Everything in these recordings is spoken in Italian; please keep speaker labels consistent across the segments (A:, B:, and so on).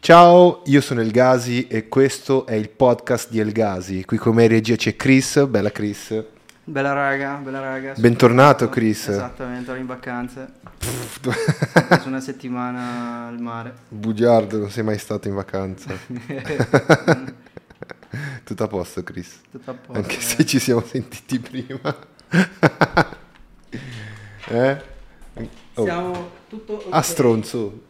A: Ciao, io sono El Gazi e questo è il podcast di El Gazi. Qui come regia c'è Chris, bella Chris.
B: Bella raga, bella raga.
A: Bentornato, Chris.
B: Esatto, bentornato in vacanze. Sono una settimana al mare.
A: Bugiardo, non sei mai stato in vacanza. Tutto a posto, Chris.
B: Tutto a posto.
A: Anche
B: eh.
A: se ci siamo sentiti prima. eh? Oh.
B: Siamo tutto ok.
A: Ah, stronzo.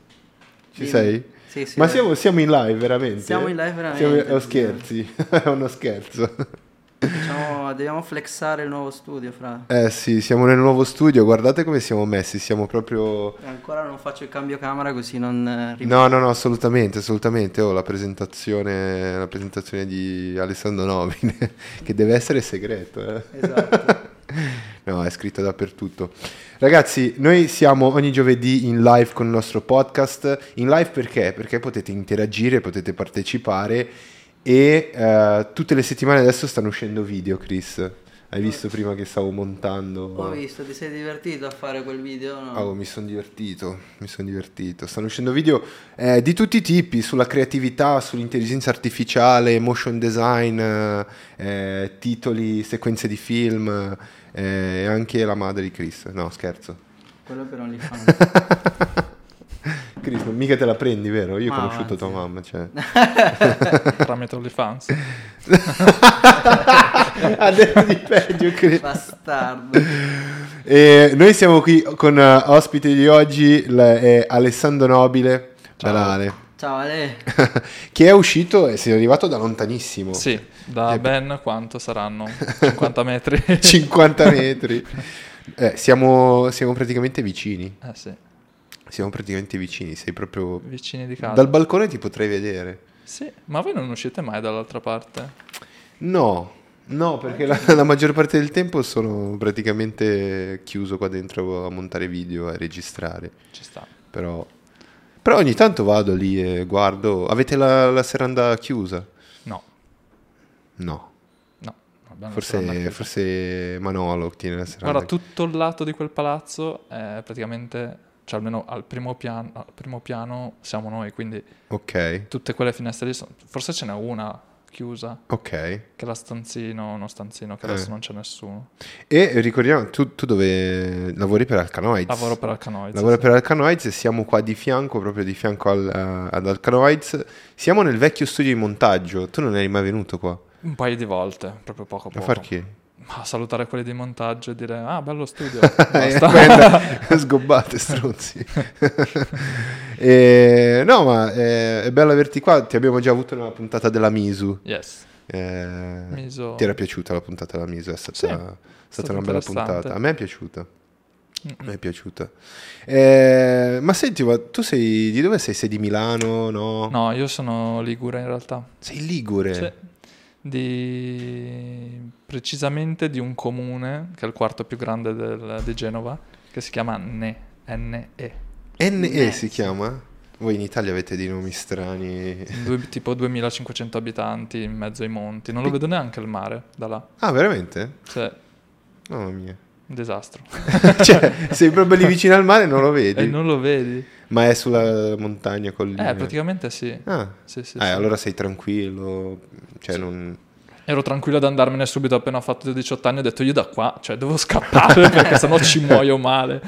A: Ci
B: Dimmi.
A: sei?
B: Sì, sì.
A: Ma
B: dai.
A: siamo, siamo in live veramente?
B: Siamo in live
A: Siamo-
B: veramente.
A: oh, scherzi, è uno scherzo.
B: Facciamo- Diciamo, dobbiamo flexare il nuovo studio, fra.
A: Eh sì, siamo nel nuovo studio, guardate come siamo messi, siamo proprio...
B: Ancora non faccio il cambio camera così non eh, rim-
A: No, no, no, assolutamente, assolutamente. Oh, la presentazione, la presentazione di Alessandro Novine, che deve essere segreto. eh.
B: Esatto.
A: No, è scritto dappertutto. Ragazzi, noi siamo ogni giovedì in live con il nostro podcast. In live perché? Perché potete interagire, potete partecipare e eh, tutte le settimane adesso stanno uscendo video, Chris. Hai visto prima che stavo montando?
B: Ho visto, ti sei divertito a fare quel video? No.
A: Oh, mi sono divertito, mi sono divertito. Stanno uscendo video eh, di tutti i tipi, sulla creatività, sull'intelligenza artificiale, motion design, eh, eh, titoli, sequenze di film eh, e anche la madre di Chris. No, scherzo.
B: Quello però non li fanno.
A: Chris, non mica te la prendi, vero? Io ho
B: Ma
A: conosciuto tua
B: avanti.
A: mamma, cioè.
C: tramite OnlyFans.
A: ha detto di peggio, Chris.
B: Bastardo.
A: E noi siamo qui con eh, ospite di oggi, l- è Alessandro Nobile.
C: Ciao.
A: Ciao Ale.
B: Ciao Ale.
A: che è uscito e si è arrivato da lontanissimo.
C: Sì, da
A: Eh,
C: ben quanto saranno? 50 metri?
A: 50 metri. Eh, siamo, siamo praticamente vicini.
C: Eh sì,
A: Siamo praticamente vicini. Sei proprio.
C: vicini di casa.
A: Dal balcone ti potrei vedere.
C: Sì, ma voi non uscite mai dall'altra parte?
A: No, no, perché la, la maggior parte del tempo sono praticamente chiuso qua dentro a montare video, a registrare.
C: Ci sta.
A: Però, però ogni tanto vado lì e guardo. Avete la, la serranda chiusa?
C: No,
A: No.
C: no. vabbè, non
A: Forse,
C: saranno chiuse.
A: forse Manolo tiene la serranda.
C: Guarda, tutto il lato di quel palazzo è praticamente... Cioè almeno al primo, pian- al primo piano siamo noi, quindi
A: ok,
C: tutte quelle finestre lì sono... Forse ce n'è una chiusa,
A: ok.
C: che è la stanzino, uno stanzino, che
A: Eh.
C: adesso non c'è nessuno.
A: E ricordiamo, tu, tu dove lavori per Alcanoids?
C: Lavoro per Alcanoids.
A: Lavoro
C: sì.
A: per Alcanoids e siamo qua di fianco, proprio di fianco al- eh, ad Alcanoids. Siamo nel vecchio studio di montaggio, tu non eri mai venuto qua.
C: Un paio di volte, proprio poco
A: A
C: poco.
A: far che?
C: Ma salutare quelli di montaggio e dire ah bello studio
A: Eh,
C: basta
A: quella- Sgobbate, stronzi. E, no, ma eh, è bello averti qua, ti abbiamo già avuto nella puntata della Misu.
C: yes
A: Eh,
C: Miso
A: Ti era piaciuta la puntata della Miso? È stata,
C: Sì,
A: è stata
C: stato
A: una bella
C: interessante.
A: puntata. A me è piaciuta.
C: Mm.
A: A me è piaciuta. Eh, ma senti, ma tu sei di dove sei? Sei di Milano? No?
C: no io sono ligure in realtà
A: Sei ligure?
C: Sì. di precisamente di un comune che è il quarto più grande del- di Genova che si chiama Ne N-E
A: NE
B: Eh,
A: si
B: sì.
A: chiama? Voi in Italia avete dei nomi strani.
C: Due- tipo 2500 abitanti in mezzo ai monti non lo vedo neanche il mare da là
A: Ah, veramente?
C: cioè
A: Mamma mia.
C: un disastro
A: cioè, sei proprio lì vicino al mare e non lo vedi.
C: e Eh, non lo vedi
A: Ma è sulla montagna collina.
C: eh praticamente sì
A: Ah,
C: sì sì,
A: Eh,
C: sì.
A: allora sei tranquillo. Cioè, non...
C: Ero tranquillo ad andarmene subito appena ho fatto 18 anni, ho detto io da qua, cioè devo scappare perché sennò ci muoio male.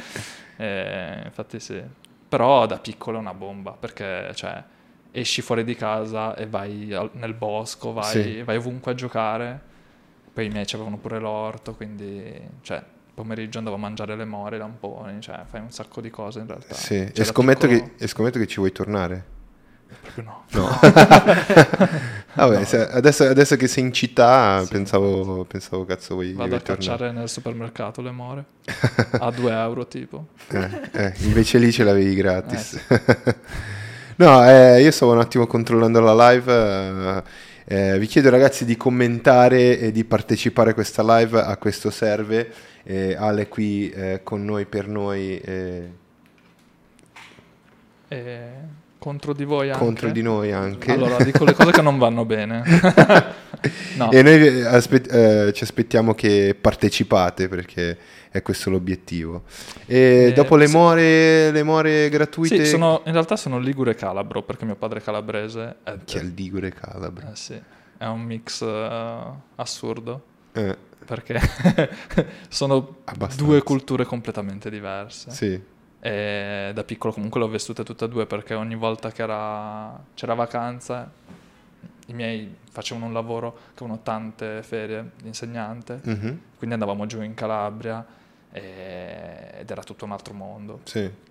C: Eh, infatti sì. Però da piccolo è una bomba perché cioè, esci fuori di casa e vai al- nel bosco, vai,
A: Sì.
C: vai ovunque a giocare. Poi i miei avevano pure l'orto, quindi cioè, pomeriggio andavo a mangiare le more, i lamponi, cioè fai un sacco di cose in realtà.
A: Sì,
C: Cioè,
A: e
C: da
A: scommetto,
C: piccolo
A: che, e scommetto che ci vuoi tornare.
C: proprio no.
A: No. Vabbè, se- adesso, adesso che sei in città, pensavo, pensavo cazzo vuoi,
C: Vado
A: vuoi
C: a cacciare nel supermercato le more a 2 euro tipo.
A: tornare. Eh, eh, invece lì ce l'avevi gratis.
C: Eh,
A: no, eh, io stavo un attimo controllando la live. eh, eh, vi chiedo ragazzi di commentare e di partecipare a questa live, a questo serve. Eh, Ale è qui eh, con noi per noi. eh.
C: E... Contro di voi anche.
A: contro di noi anche.
C: Allora, dico le cose che non vanno bene. no,
A: E noi aspe- eh, ci aspettiamo che partecipate perché è questo l'obiettivo. E
C: Eh,
A: dopo le
C: sì.
A: more, le more gratuite,
C: sì, sono, in realtà sono ligure e calabro perché mio padre è calabrese. Eh,
A: chi è il Ligure Calabro?
C: eh, sì, è un mix eh, assurdo
A: Eh,
C: perché sono
A: abbastanza.
C: due culture completamente diverse.
A: Sì.
C: E da piccolo comunque l'ho vissute tutte e due perché ogni volta che era- c'era vacanza i miei facevano un lavoro che avevano tante ferie di insegnante,
A: Mhm,
C: quindi andavamo giù in Calabria e- ed era tutto un altro mondo.
A: sì.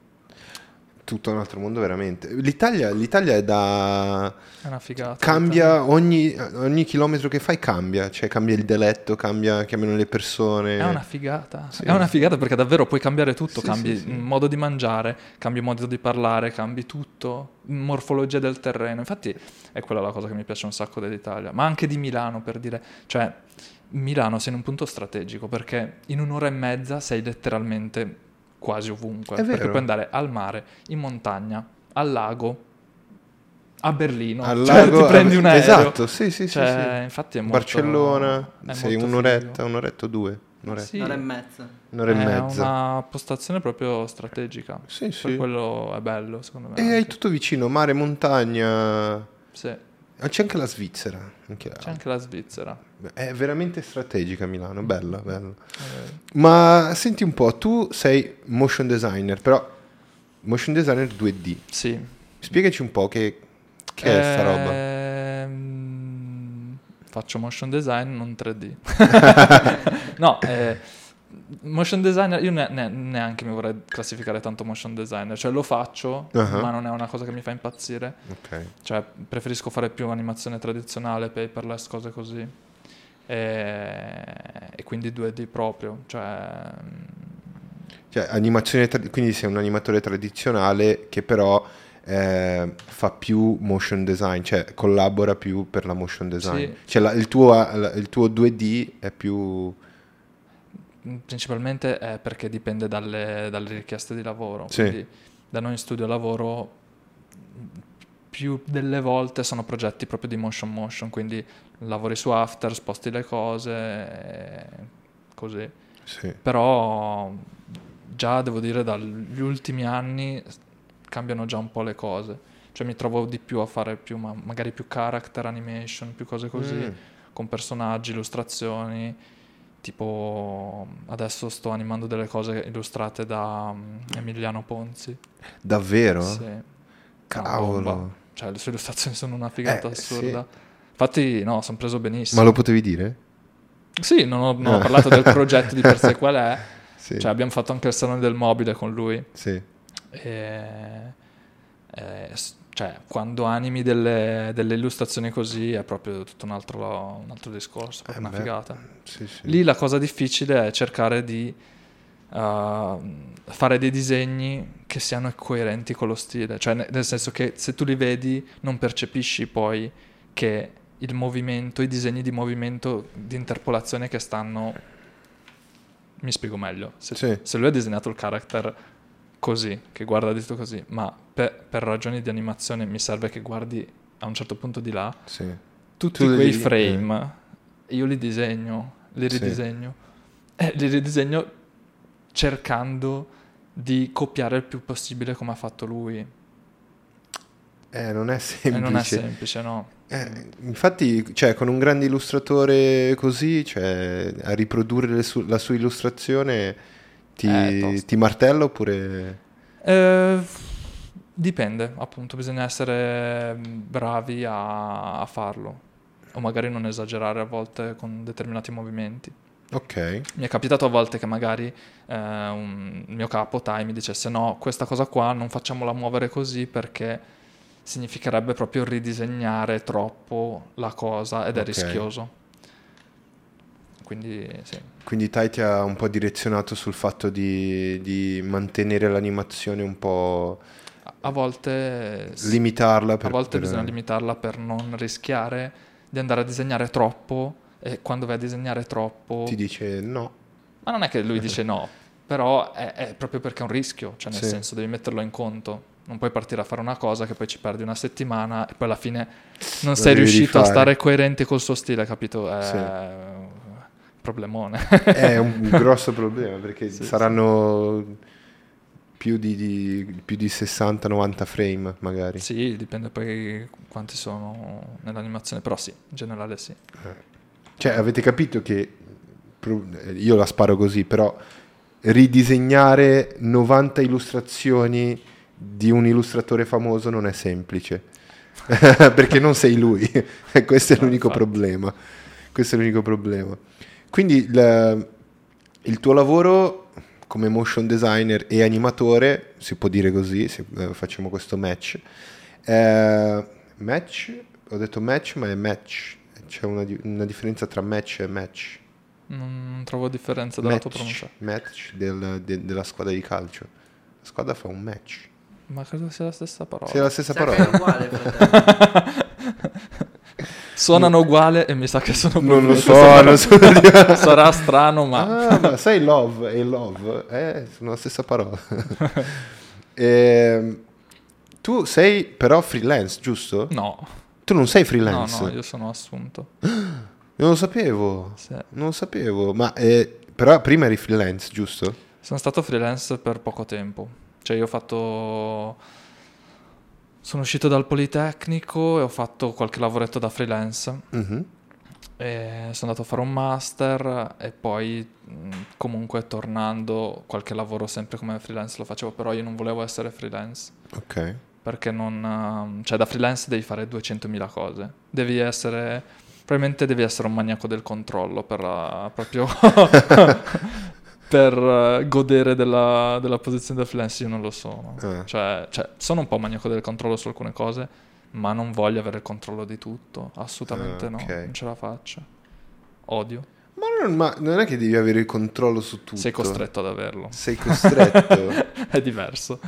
A: Tutto un altro mondo veramente. L'Italia, l'Italia è da...
C: È una figata.
A: cambia ogni, ogni chilometro che fai cambia, cioè cambia il dialetto, cambia, cambiano le persone.
C: È una figata,
A: Sì.
C: è una figata perché davvero puoi cambiare tutto,
A: Sì,
C: cambi
A: sì, sì.
C: modo di mangiare, cambi modo di parlare, cambi tutto, morfologia del terreno, infatti è quella la cosa che mi piace un sacco dell'Italia, ma anche di Milano per dire, cioè Milano sei in un punto strategico perché in un'ora e mezza sei letteralmente quasi ovunque,
A: È
C: perché
A: vero.
C: puoi andare al mare, in montagna, al lago, a Berlino,
A: Al
C: cioè,
A: lago-
C: ti prendi un aereo.
A: Esatto, sì, sì, sì,
C: Cioè,
A: sì.
C: infatti è molto-
A: Barcellona,
C: è
A: sei
C: molto
A: un'oretta,
C: figo.
A: un'oretta o due, un'oretta,
C: Sì.
B: Un'ora e mezza.
A: un'ora e
C: è
A: mezza.
C: una postazione proprio strategica.
A: Sì,
C: Per
A: sì.
C: quello è bello, secondo me.
A: E
C: anche.
A: hai tutto vicino, mare, montagna. Ah,
C: Sì,
A: C'è anche la Svizzera. anche là.
C: c'è anche la Svizzera.
A: È veramente strategica Milano, bella, bella.
C: Eh,
A: Ma senti un po', tu sei motion designer, però motion designer 2D.
C: sì.
A: Spiegaci un po' che, che è sta roba.
C: Eh, Ehm, Faccio motion design, non 3D. no, eh, motion designer, io ne- ne- neanche mi vorrei classificare tanto motion designer. Cioè lo faccio,
A: Ah.
C: ma non è una cosa che mi fa impazzire.
A: Ok.
C: Cioè, preferisco fare più animazione tradizionale, paperless, cose così. E, e quindi 2D proprio. Cioè,
A: Cioè, animazione tra- quindi sei un animatore tradizionale che però eh, fa più motion design, cioè collabora più per la motion design.
C: Sì.
A: Cioè la- il, tuo, la- il tuo 2D è più...
C: mm, principalmente è perché dipende dalle, dalle richieste di lavoro.
A: Sì.
C: Quindi, da noi in studio lavoro, mm, più delle volte sono progetti proprio di motion motion. Quindi, lavori su After, sposti le cose, e così.
A: Sì.
C: però già devo dire dagli ultimi anni cambiano già un po' le cose cioè mi trovo di più a fare più ma- magari più character animation più cose così
A: Mm.
C: con personaggi illustrazioni tipo adesso sto animando delle cose illustrate da mm, Emiliano Ponzi
A: Davvero?
C: Sì. Una bomba.
A: Ah. Cavolo.
C: cioè le sue illustrazioni sono una figata
A: Eh,
C: assurda infatti no sono preso benissimo
A: Ma lo potevi dire?
C: sì non ho, non ho
A: Ah.
C: parlato del progetto di per sé qual è
A: Sì.
C: cioè abbiamo fatto anche il salone del mobile con lui
A: Sì.
C: E- e s- cioè, quando animi delle, delle illustrazioni così è proprio tutto un altro, un altro discorso, proprio
A: Eh,
C: una
A: beh,
C: figata.
A: Sì, sì.
C: Lì la cosa difficile è cercare di uh, fare dei disegni che siano coerenti con lo stile, cioè ne- nel senso che se tu li vedi non percepisci poi che il movimento, i disegni di movimento, di interpolazione che stanno... Mi spiego meglio. Se,
A: Sì.
C: se lui ha disegnato il character così, che guarda dritto così, ma pe- per ragioni di animazione mi serve che guardi a un certo punto di là,
A: Sì.
C: tutti
A: Tu li- eh.
C: quei frame io li disegno, li
A: Sì.
C: ridisegno e li ridisegno cercando di copiare il più possibile come ha fatto lui.
A: Eh, non è
C: E
A: semplice.
C: non è semplice, no?
A: Eh, infatti, cioè, con un grande illustratore così, cioè, a riprodurre le su- la sua illustrazione, ti,
C: Eh, tosta.
A: ti martella oppure...
C: Eh, dipende, appunto, bisogna essere mm, bravi a- a farlo o magari non esagerare a volte con determinati movimenti.
A: Ok,
C: Mi è capitato a volte che magari eh, un- il mio capo Tai mi dicesse no, questa cosa qua non facciamola muovere così perché significherebbe proprio ridisegnare troppo la cosa ed è
A: Ok.
C: rischioso. Quindi sì.
A: quindi Tai ti ha un po' direzionato sul fatto di, di mantenere l'animazione un po'...
C: A, a volte, sì,
A: limitarla
C: a
A: per...
C: volte
A: per-
C: bisogna limitarla per non rischiare di andare a disegnare troppo e quando vai a disegnare troppo...
A: Ti dice no.
C: Ma non è che lui dice no, però è, è proprio perché è un rischio, cioè nel
A: Sì.
C: senso devi metterlo in conto. Non puoi partire a fare una cosa che poi ci perdi una settimana e poi alla fine non
A: Lo
C: sei
A: devi
C: riuscito a
A: rifare.
C: stare coerente col suo stile, capito? È
A: Sì.
C: un problemone.
A: È un grosso problema perché
C: Sì,
A: saranno più di, di- più di 60-90 frame magari.
C: Sì, dipende poi quanti sono nell'animazione, però sì, in generale sì.
A: Cioè, avete capito che pro- io la sparo così, però ridisegnare 90 illustrazioni di un illustratore famoso non è semplice. Perché non sei lui. E Questo è
C: No,
A: l'unico
C: infatti.
A: problema. Questo è l'unico problema. Quindi il- il tuo lavoro come motion designer e animatore, si può dire così, se eh, facciamo questo match. Eh, match, ho detto match, ma è match. C'è una, di- una differenza tra match e match.
C: Non trovo differenza dalla tua
A: Match,
C: pronuncia.
A: match del- de- della squadra di calcio. La squadra fa un match.
C: Ma credo sia la stessa parola.
A: Se è la stessa
B: Sa che
A: parola.
B: Cioè, è uguale, fratello.
C: Suonano uguale e mi sa che sono
A: Non lo so,
C: Sarà-
A: non so.
C: Sarà strano, ma
A: Ah, ma sai love e love? Eh, sono la stessa parola. Ehm, tu sei però freelance, giusto?
C: no.
A: Tu non sei
C: No,
A: freelance.
C: no, io sono assunto.
A: Non lo sapevo.
C: Sì.
A: Non lo sapevo, ma eh, però prima eri freelance, giusto?
C: Sono stato freelance per poco tempo. Cioè, io ho fatto. Sono uscito dal Politecnico e ho fatto qualche lavoretto da freelance.
A: Mhm.
C: E sono andato a fare un master e poi mh, comunque tornando qualche lavoro sempre come freelance lo facevo, però io non volevo essere freelance
A: Ok.
C: perché non... ehm, cioè da freelance devi fare 200.000 cose, devi essere... probabilmente devi essere un maniaco del controllo per eh, proprio... per eh, godere della, della posizione da freelance io non lo sono.
A: Eh.
C: Cioè, cioè, sono un po' maniaco del controllo su alcune cose, ma non voglio avere il controllo di tutto, assolutamente
A: Ah, ok.
C: no, non ce la faccio. Odio.
A: Ma non, ma non è che devi avere il controllo su tutto.
C: Sei costretto ad averlo.
A: Sei costretto.
C: È diverso.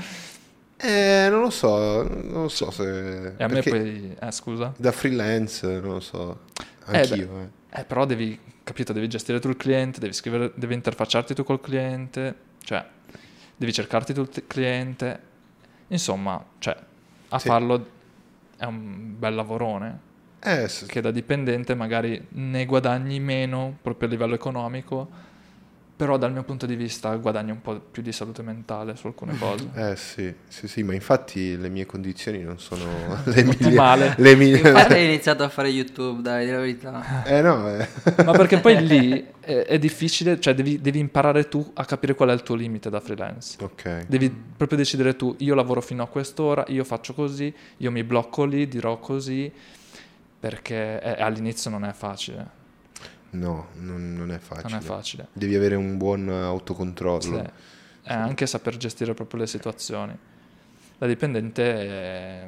A: eh, non lo so, non lo so se...
C: E a
A: perché
C: me poi... Eh, scusa.
A: Da freelance, non lo so.
C: beh.
A: Anch'io, eh.
C: Eh, però devi, capito, devi gestire tu il cliente, devi scrivere, devi interfacciarti tu col cliente, cioè, devi cercarti tu il t- cliente. Insomma, cioè, a
A: Sì.
C: farlo è un bel lavorone,
A: Eh, s-
C: che da dipendente magari ne guadagni meno proprio a livello economico, però dal mio punto di vista guadagni un po' più di salute mentale su alcune cose.
A: eh, sì, sì, sì, ma infatti le mie condizioni non sono le migliori.
C: Ottimale.
A: Le migliori.
B: Infatti hai iniziato a fare YouTube, dai, di la verità.
A: Eh no, eh.
C: Ma perché poi lì è, è difficile, cioè devi, devi imparare tu a capire qual è il tuo limite da freelance.
A: Ok.
C: Devi proprio decidere tu, io lavoro fino a quest'ora, io faccio così, io mi blocco lì, dirò così, perché eh, all'inizio non è facile,
A: No, non, non è
C: non
A: facile.
C: è facile.
A: Devi avere un buon eh,
C: Sì.
A: autocontrollo.
C: È anche saper gestire proprio le situazioni. Da dipendente, eh,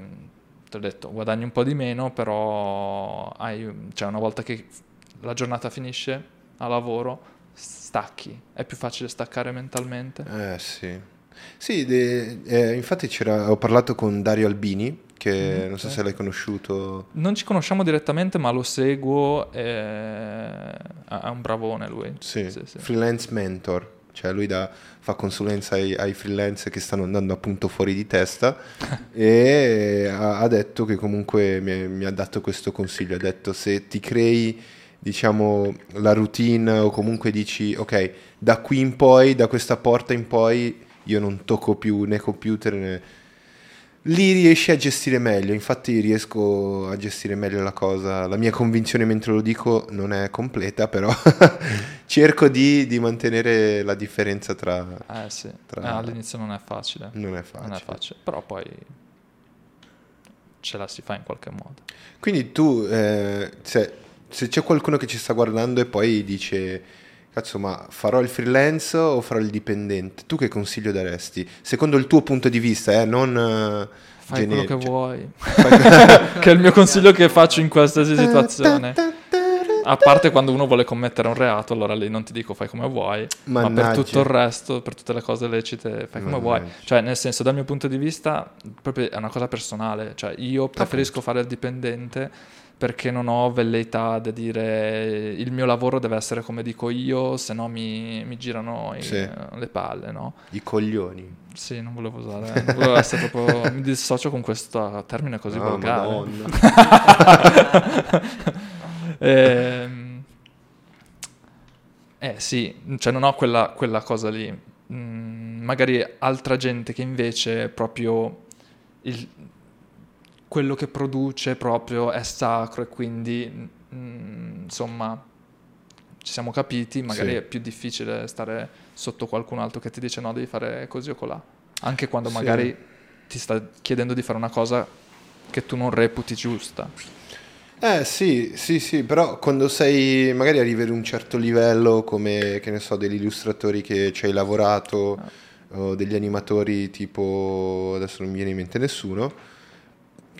C: ti ho detto, guadagni un po' di meno, però hai- cioè, una volta che la giornata finisce a lavoro, stacchi. È più facile staccare mentalmente.
A: Eh sì. Sì, de- eh, infatti c'era- ho parlato con Dario Albini, che
C: Mm,
A: non so
C: sì.
A: se l'hai conosciuto.
C: Non ci conosciamo direttamente, ma lo seguo. E... È un bravone lui.
A: Sì,
C: Sì, sì.
A: freelance mentor. Cioè lui dà- fa consulenza ai, ai freelance che stanno andando appunto fuori di testa e ha, ha detto che comunque mi, mi ha dato questo consiglio. Ha detto se ti crei diciamo la routine o comunque dici ok da qui in poi, da questa porta in poi io non tocco più né computer né... Lì riesci a gestire meglio, infatti riesco a gestire meglio la cosa. La mia convinzione mentre lo dico non è completa, però cerco di, di mantenere la differenza tra...
C: Eh, sì.
A: Tra-
C: Eh, all'inizio non è facile.
A: Non è facile.
C: Non è facile, però poi ce la si fa in qualche modo.
A: Quindi tu, eh, se, se c'è qualcuno che ci sta guardando e poi dice, cazzo, ma farò il freelance o farò il dipendente? Tu che consiglio daresti? Secondo il tuo punto di vista, eh, non... eh,
C: Fai
A: generico. Eh,
C: quello che vuoi. che è il mio consiglio che faccio in qualsiasi Eh, situazione. A parte quando uno vuole commettere un reato, allora lì non ti dico fai come vuoi, ma per
A: Mannaggia.
C: tutto il resto, per tutte le cose lecite, fai come vuoi.
A: Mannaggia.
C: Cioè, nel senso, dal mio punto di vista, proprio è una cosa personale. Cioè, io preferisco fare il dipendente perché non ho velleità di dire il mio lavoro deve essere come dico io, se no mi, mi girano i-
A: Sì.
C: le palle, no?
A: I coglioni.
C: Sì, non volevo usare, non volevo essere proprio... mi dissocio con questo termine così
A: Ah,
C: volgare.
A: Madonna.
C: Ehm, eh sì, cioè non ho quella, quella cosa lì. Mm, magari altra gente che invece proprio il- quello che produce proprio è sacro e quindi mm, insomma ci siamo capiti, magari
A: Sì.
C: è più difficile stare sotto qualcun altro che ti dice no, devi fare così o colà. Anche quando
A: Sì.
C: magari ti sta chiedendo di fare una cosa che tu non reputi giusta.
A: Eh sì, sì, sì, però quando sei, magari arrivi ad un certo livello come, che ne so, degli illustratori che ci hai lavorato,
C: Ah.
A: o degli animatori tipo, adesso non mi viene in mente nessuno,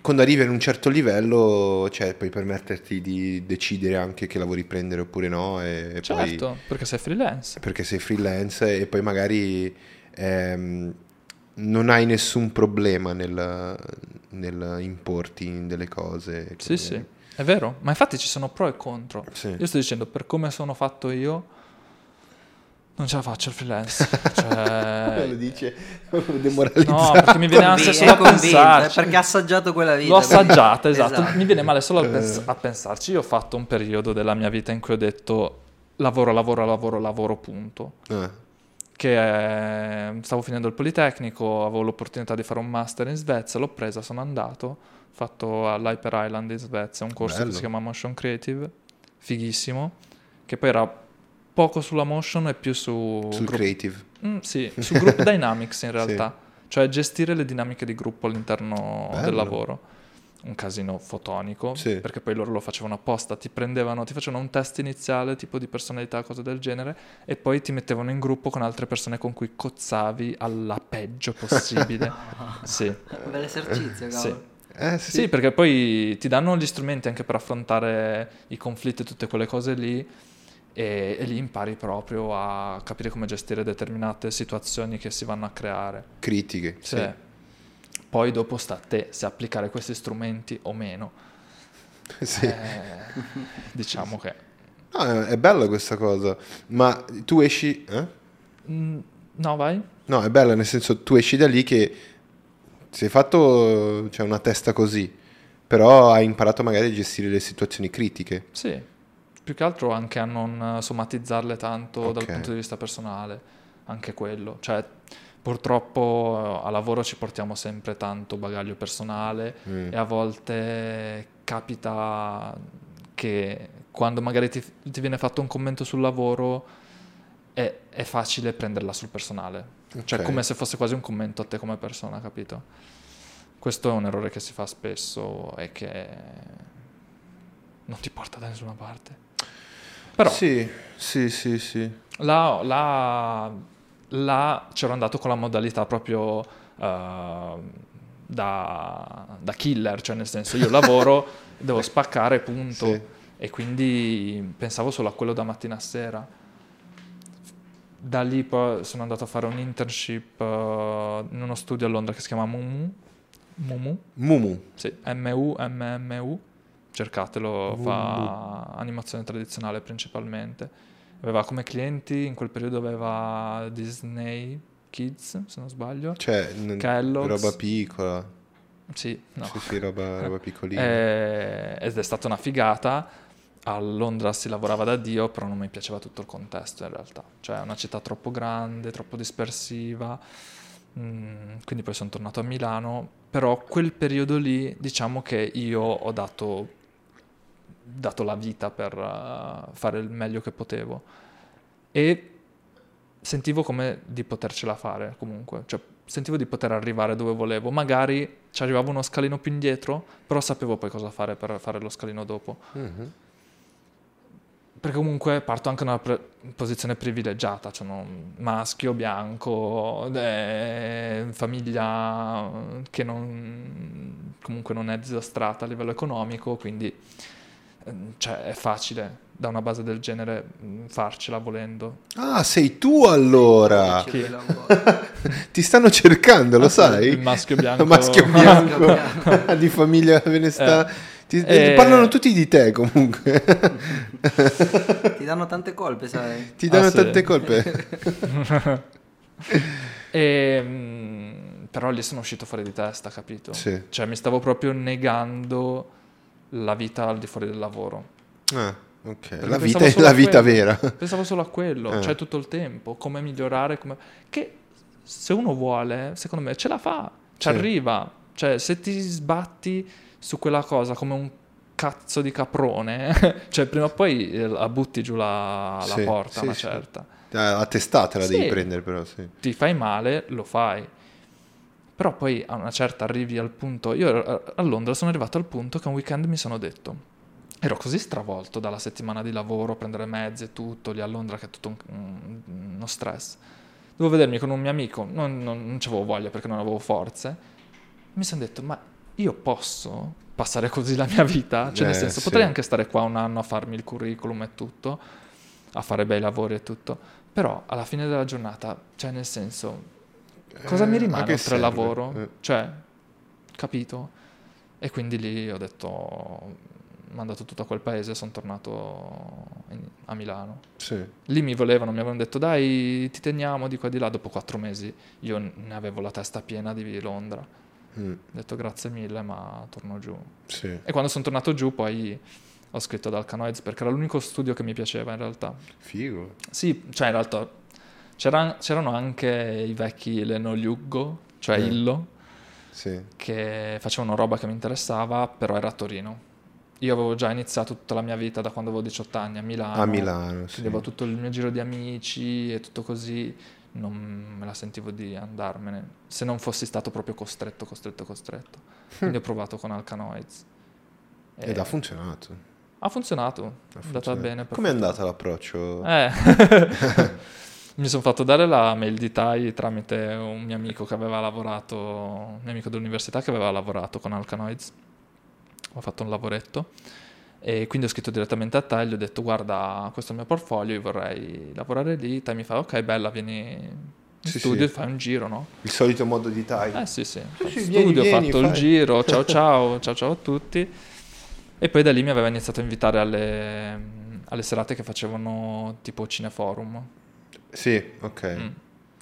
A: quando arrivi ad un certo livello, cioè puoi permetterti di decidere anche che lavori prendere oppure no, e, e poi
C: Certo, perché sei freelance.
A: perché sei freelance e poi magari ehm, non hai nessun problema nel, nel importi delle cose. che
C: Sì, sì,
A: magari-
C: è vero, ma infatti ci sono pro e contro.
A: Sì.
C: Io sto dicendo, per come sono fatto io, non ce la faccio il freelance. Cioè,
A: lo dice
C: no,
A: demoralizzato.
C: perché mi viene ansia solo a pensarci.
B: perché ha assaggiato quella vita.
C: L'ho assaggiata, esatto. Mi viene male solo a,
A: Eh.
C: pens- a pensarci. Io ho fatto un periodo della mia vita in cui ho detto lavoro, lavoro, lavoro, lavoro, punto.
A: Ah,
C: Che eh, stavo finendo il Politecnico, avevo l'opportunità di fare un master in Svezia, l'ho presa, sono andato, ho fatto all'Hyper Island in Svezia, un corso
A: Bello.
C: che si chiama Motion Creative, fighissimo, che poi era poco sulla motion e più su...
A: sul
C: gruppo-
A: creative.
C: Mm, sì, su group dynamics in realtà, cioè gestire le dinamiche di gruppo all'interno del
A: Bello.
C: lavoro. Un casino fotonico,
A: Sì.
C: perché poi loro lo facevano apposta, ti prendevano, ti facevano un test iniziale, tipo di personalità, cose del genere, e poi ti mettevano in gruppo con altre persone con cui cozzavi alla peggio possibile. sì.
B: Un bel esercizio, cavolo.
C: Sì.
A: Eh sì.
C: Sì, perché poi ti danno gli strumenti anche per affrontare i conflitti e tutte quelle cose lì e, e lì impari proprio a capire come gestire determinate situazioni che si vanno a creare.
A: critiche. Sì.
C: Cioè, Poi dopo sta a te se applicare questi strumenti o meno.
A: Sì.
C: Eh, diciamo che...
A: No, è è bella questa cosa, ma tu esci... eh?
C: Mm, no, vai?
A: No, è bella nel senso tu esci da lì che sei fatto cioè, una testa così, però hai imparato magari a gestire le situazioni critiche.
C: Sì, più che altro anche a non eh, somatizzarle tanto dal
A: Ok.
C: punto di vista personale, anche quello. Cioè, purtroppo eh, a lavoro ci portiamo sempre tanto bagaglio personale
A: Mm.
C: e a volte capita che quando magari ti, ti viene fatto un commento sul lavoro è, è facile prenderla sul personale. Cioè,
A: Ok.
C: come se fosse quasi un commento a te come persona, capito? Questo è un errore che si fa spesso e che non ti porta da nessuna parte. Però
A: Sì, sì, sì, sì.
C: là, là- là c'ero andato con la modalità proprio eh, da, da killer, cioè nel senso io lavoro, devo spaccare, punto.
A: Sì.
C: E quindi pensavo solo a quello da mattina a sera. Da lì poi sono andato a fare un internship eh, in uno studio a Londra che si chiama Mumu. Mumu.
A: Mumu.
C: Sì, MUMMU, cercatelo, fa animazione tradizionale principalmente. Aveva come clienti, in quel periodo aveva Disney Kids, se non sbaglio.
A: Cioè, n-
C: Kellogg's.
A: roba piccola.
C: Sì, no.
A: Sì, sì, roba, roba piccolina.
C: Eh, ed è stata una figata. A Londra si lavorava da Dio, però non mi piaceva tutto il contesto in realtà. Cioè, è una città troppo grande, troppo dispersiva. Mm, quindi poi sono tornato a Milano. Però quel periodo lì, diciamo che io ho dato, dato la vita per eh, fare il meglio che potevo. E sentivo come di potercela fare comunque, cioè sentivo di poter arrivare dove volevo, magari ci arrivavo uno scalino più indietro, però sapevo poi cosa fare per fare lo scalino dopo,
A: Mhm.
C: perché comunque parto anche da una pre- posizione privilegiata, cioè non- maschio, bianco, eh, famiglia che non, comunque non è disastrata a livello economico, quindi eh, mm, cioè, è facile da una base del genere mm, farcela volendo.
A: Ah, sei tu allora!
B: Ci rivela un po'.
A: Ti stanno cercando, lo
C: Ah, sì,
A: sai?
C: il maschio bianco.
A: maschio
B: Maschio
A: bianco di famiglia Venesta. Ti-
C: Eh.
A: Parlano tutti di te comunque.
B: Ti danno tante colpe, sai?
A: Ti danno
C: Ah, sì.
A: tante colpe.
C: E, mm, però lì sono uscito fuori di testa, capito?
A: Sì.
C: Cioè mi stavo proprio negando la vita al di fuori del lavoro.
A: Ah, ok. La
C: Perché
A: vita
C: pensavo
A: è
C: solo
A: la
C: a
A: vita
C: quello.
A: vera.
C: Pensavo solo a quello,
A: Eh.
C: cioè tutto il tempo, come migliorare, come... che se uno vuole, secondo me, ce la fa,
A: Sì.
C: ci arriva. Cioè se ti sbatti su quella cosa come un cazzo di caprone, cioè prima o poi eh, la butti giù la, la
A: Sì,
C: porta,
A: sì,
C: una
A: sì.
C: certa.
A: Ah, La testata la devi
C: Sì.
A: prendere però, sì.
C: ti fai male, lo fai. Però poi a una certa arrivi al punto. Io ero- a Londra sono arrivato al punto che un weekend mi sono detto. Ero così stravolto dalla settimana di lavoro, prendere mezzi e tutto, lì a Londra che è tutto un- un- uno stress. Dovevo vedermi con un mio amico, non, non, non avevo voglia perché non avevo forze. Mi sono detto, ma io posso passare così la mia vita? Cioè, nel
A: Eh,
C: senso,
A: sì.
C: potrei anche stare qua un anno a farmi il curriculum e tutto, a fare bei lavori e tutto. Però alla fine della giornata, cioè nel senso, cosa
A: Eh,
C: mi
A: a
C: rimane
A: che
C: oltre
A: serve?
C: al lavoro?
A: Eh.
C: Cioè, capito? E quindi lì ho detto, ho mandato tutto a quel paese, sono tornato in- a Milano.
A: Sì.
C: Lì mi volevano, mi avevano detto dai, ti teniamo di qua e di là. Dopo quattro mesi io ne avevo la testa piena di Londra. Ho
A: Mm,
C: detto grazie mille, ma torno giù.
A: sì.
C: E quando sono tornato giù poi ho scritto ad Alcanoids perché era l'unico studio che mi piaceva in realtà.
A: Figo.
C: Sì, cioè in realtà c'era- c'erano anche i vecchi Leno Liuggo, cioè
A: Eh.
C: Illo,
A: Sì.
C: che facevano roba che mi interessava, però era a Torino. Io avevo già iniziato tutta la mia vita da quando avevo 18 anni a Milano.
A: A Milano, sì.
C: Quindi avevo tutto il mio giro di amici e tutto così. Non me la sentivo di andarmene. Se non fossi stato proprio costretto, costretto, costretto. Quindi ho provato con Alcanoids.
A: Ed
C: Eh.
A: ha funzionato.
C: ha funzionato.
A: ha
C: È andata
A: funzionato.
C: bene. per
A: Come è
C: fortuna.
A: andata l'approccio?
C: Eh. Mi sono fatto dare la mail di Tai tramite un mio amico che aveva lavorato, un mio amico dell'università che aveva lavorato con Alcanoids. Ho fatto un lavoretto e quindi ho scritto direttamente a Tai, gli ho detto guarda questo è il mio portfolio, io vorrei lavorare lì. Tai mi fa ok bella vieni in
A: Sì,
C: studio e
A: sì.
C: fai un giro no?
A: Il solito modo di
C: Eh
A: taglio.
C: sì, sì.
A: Sì, sì,
C: Studio,
A: vieni,
C: ho
A: vieni,
C: fatto il
A: fai.
C: giro, ciao ciao, ciao ciao a tutti. E poi da lì mi aveva iniziato a invitare alle, alle serate che facevano tipo Cineforum.
A: Sì, ok.
C: Mm.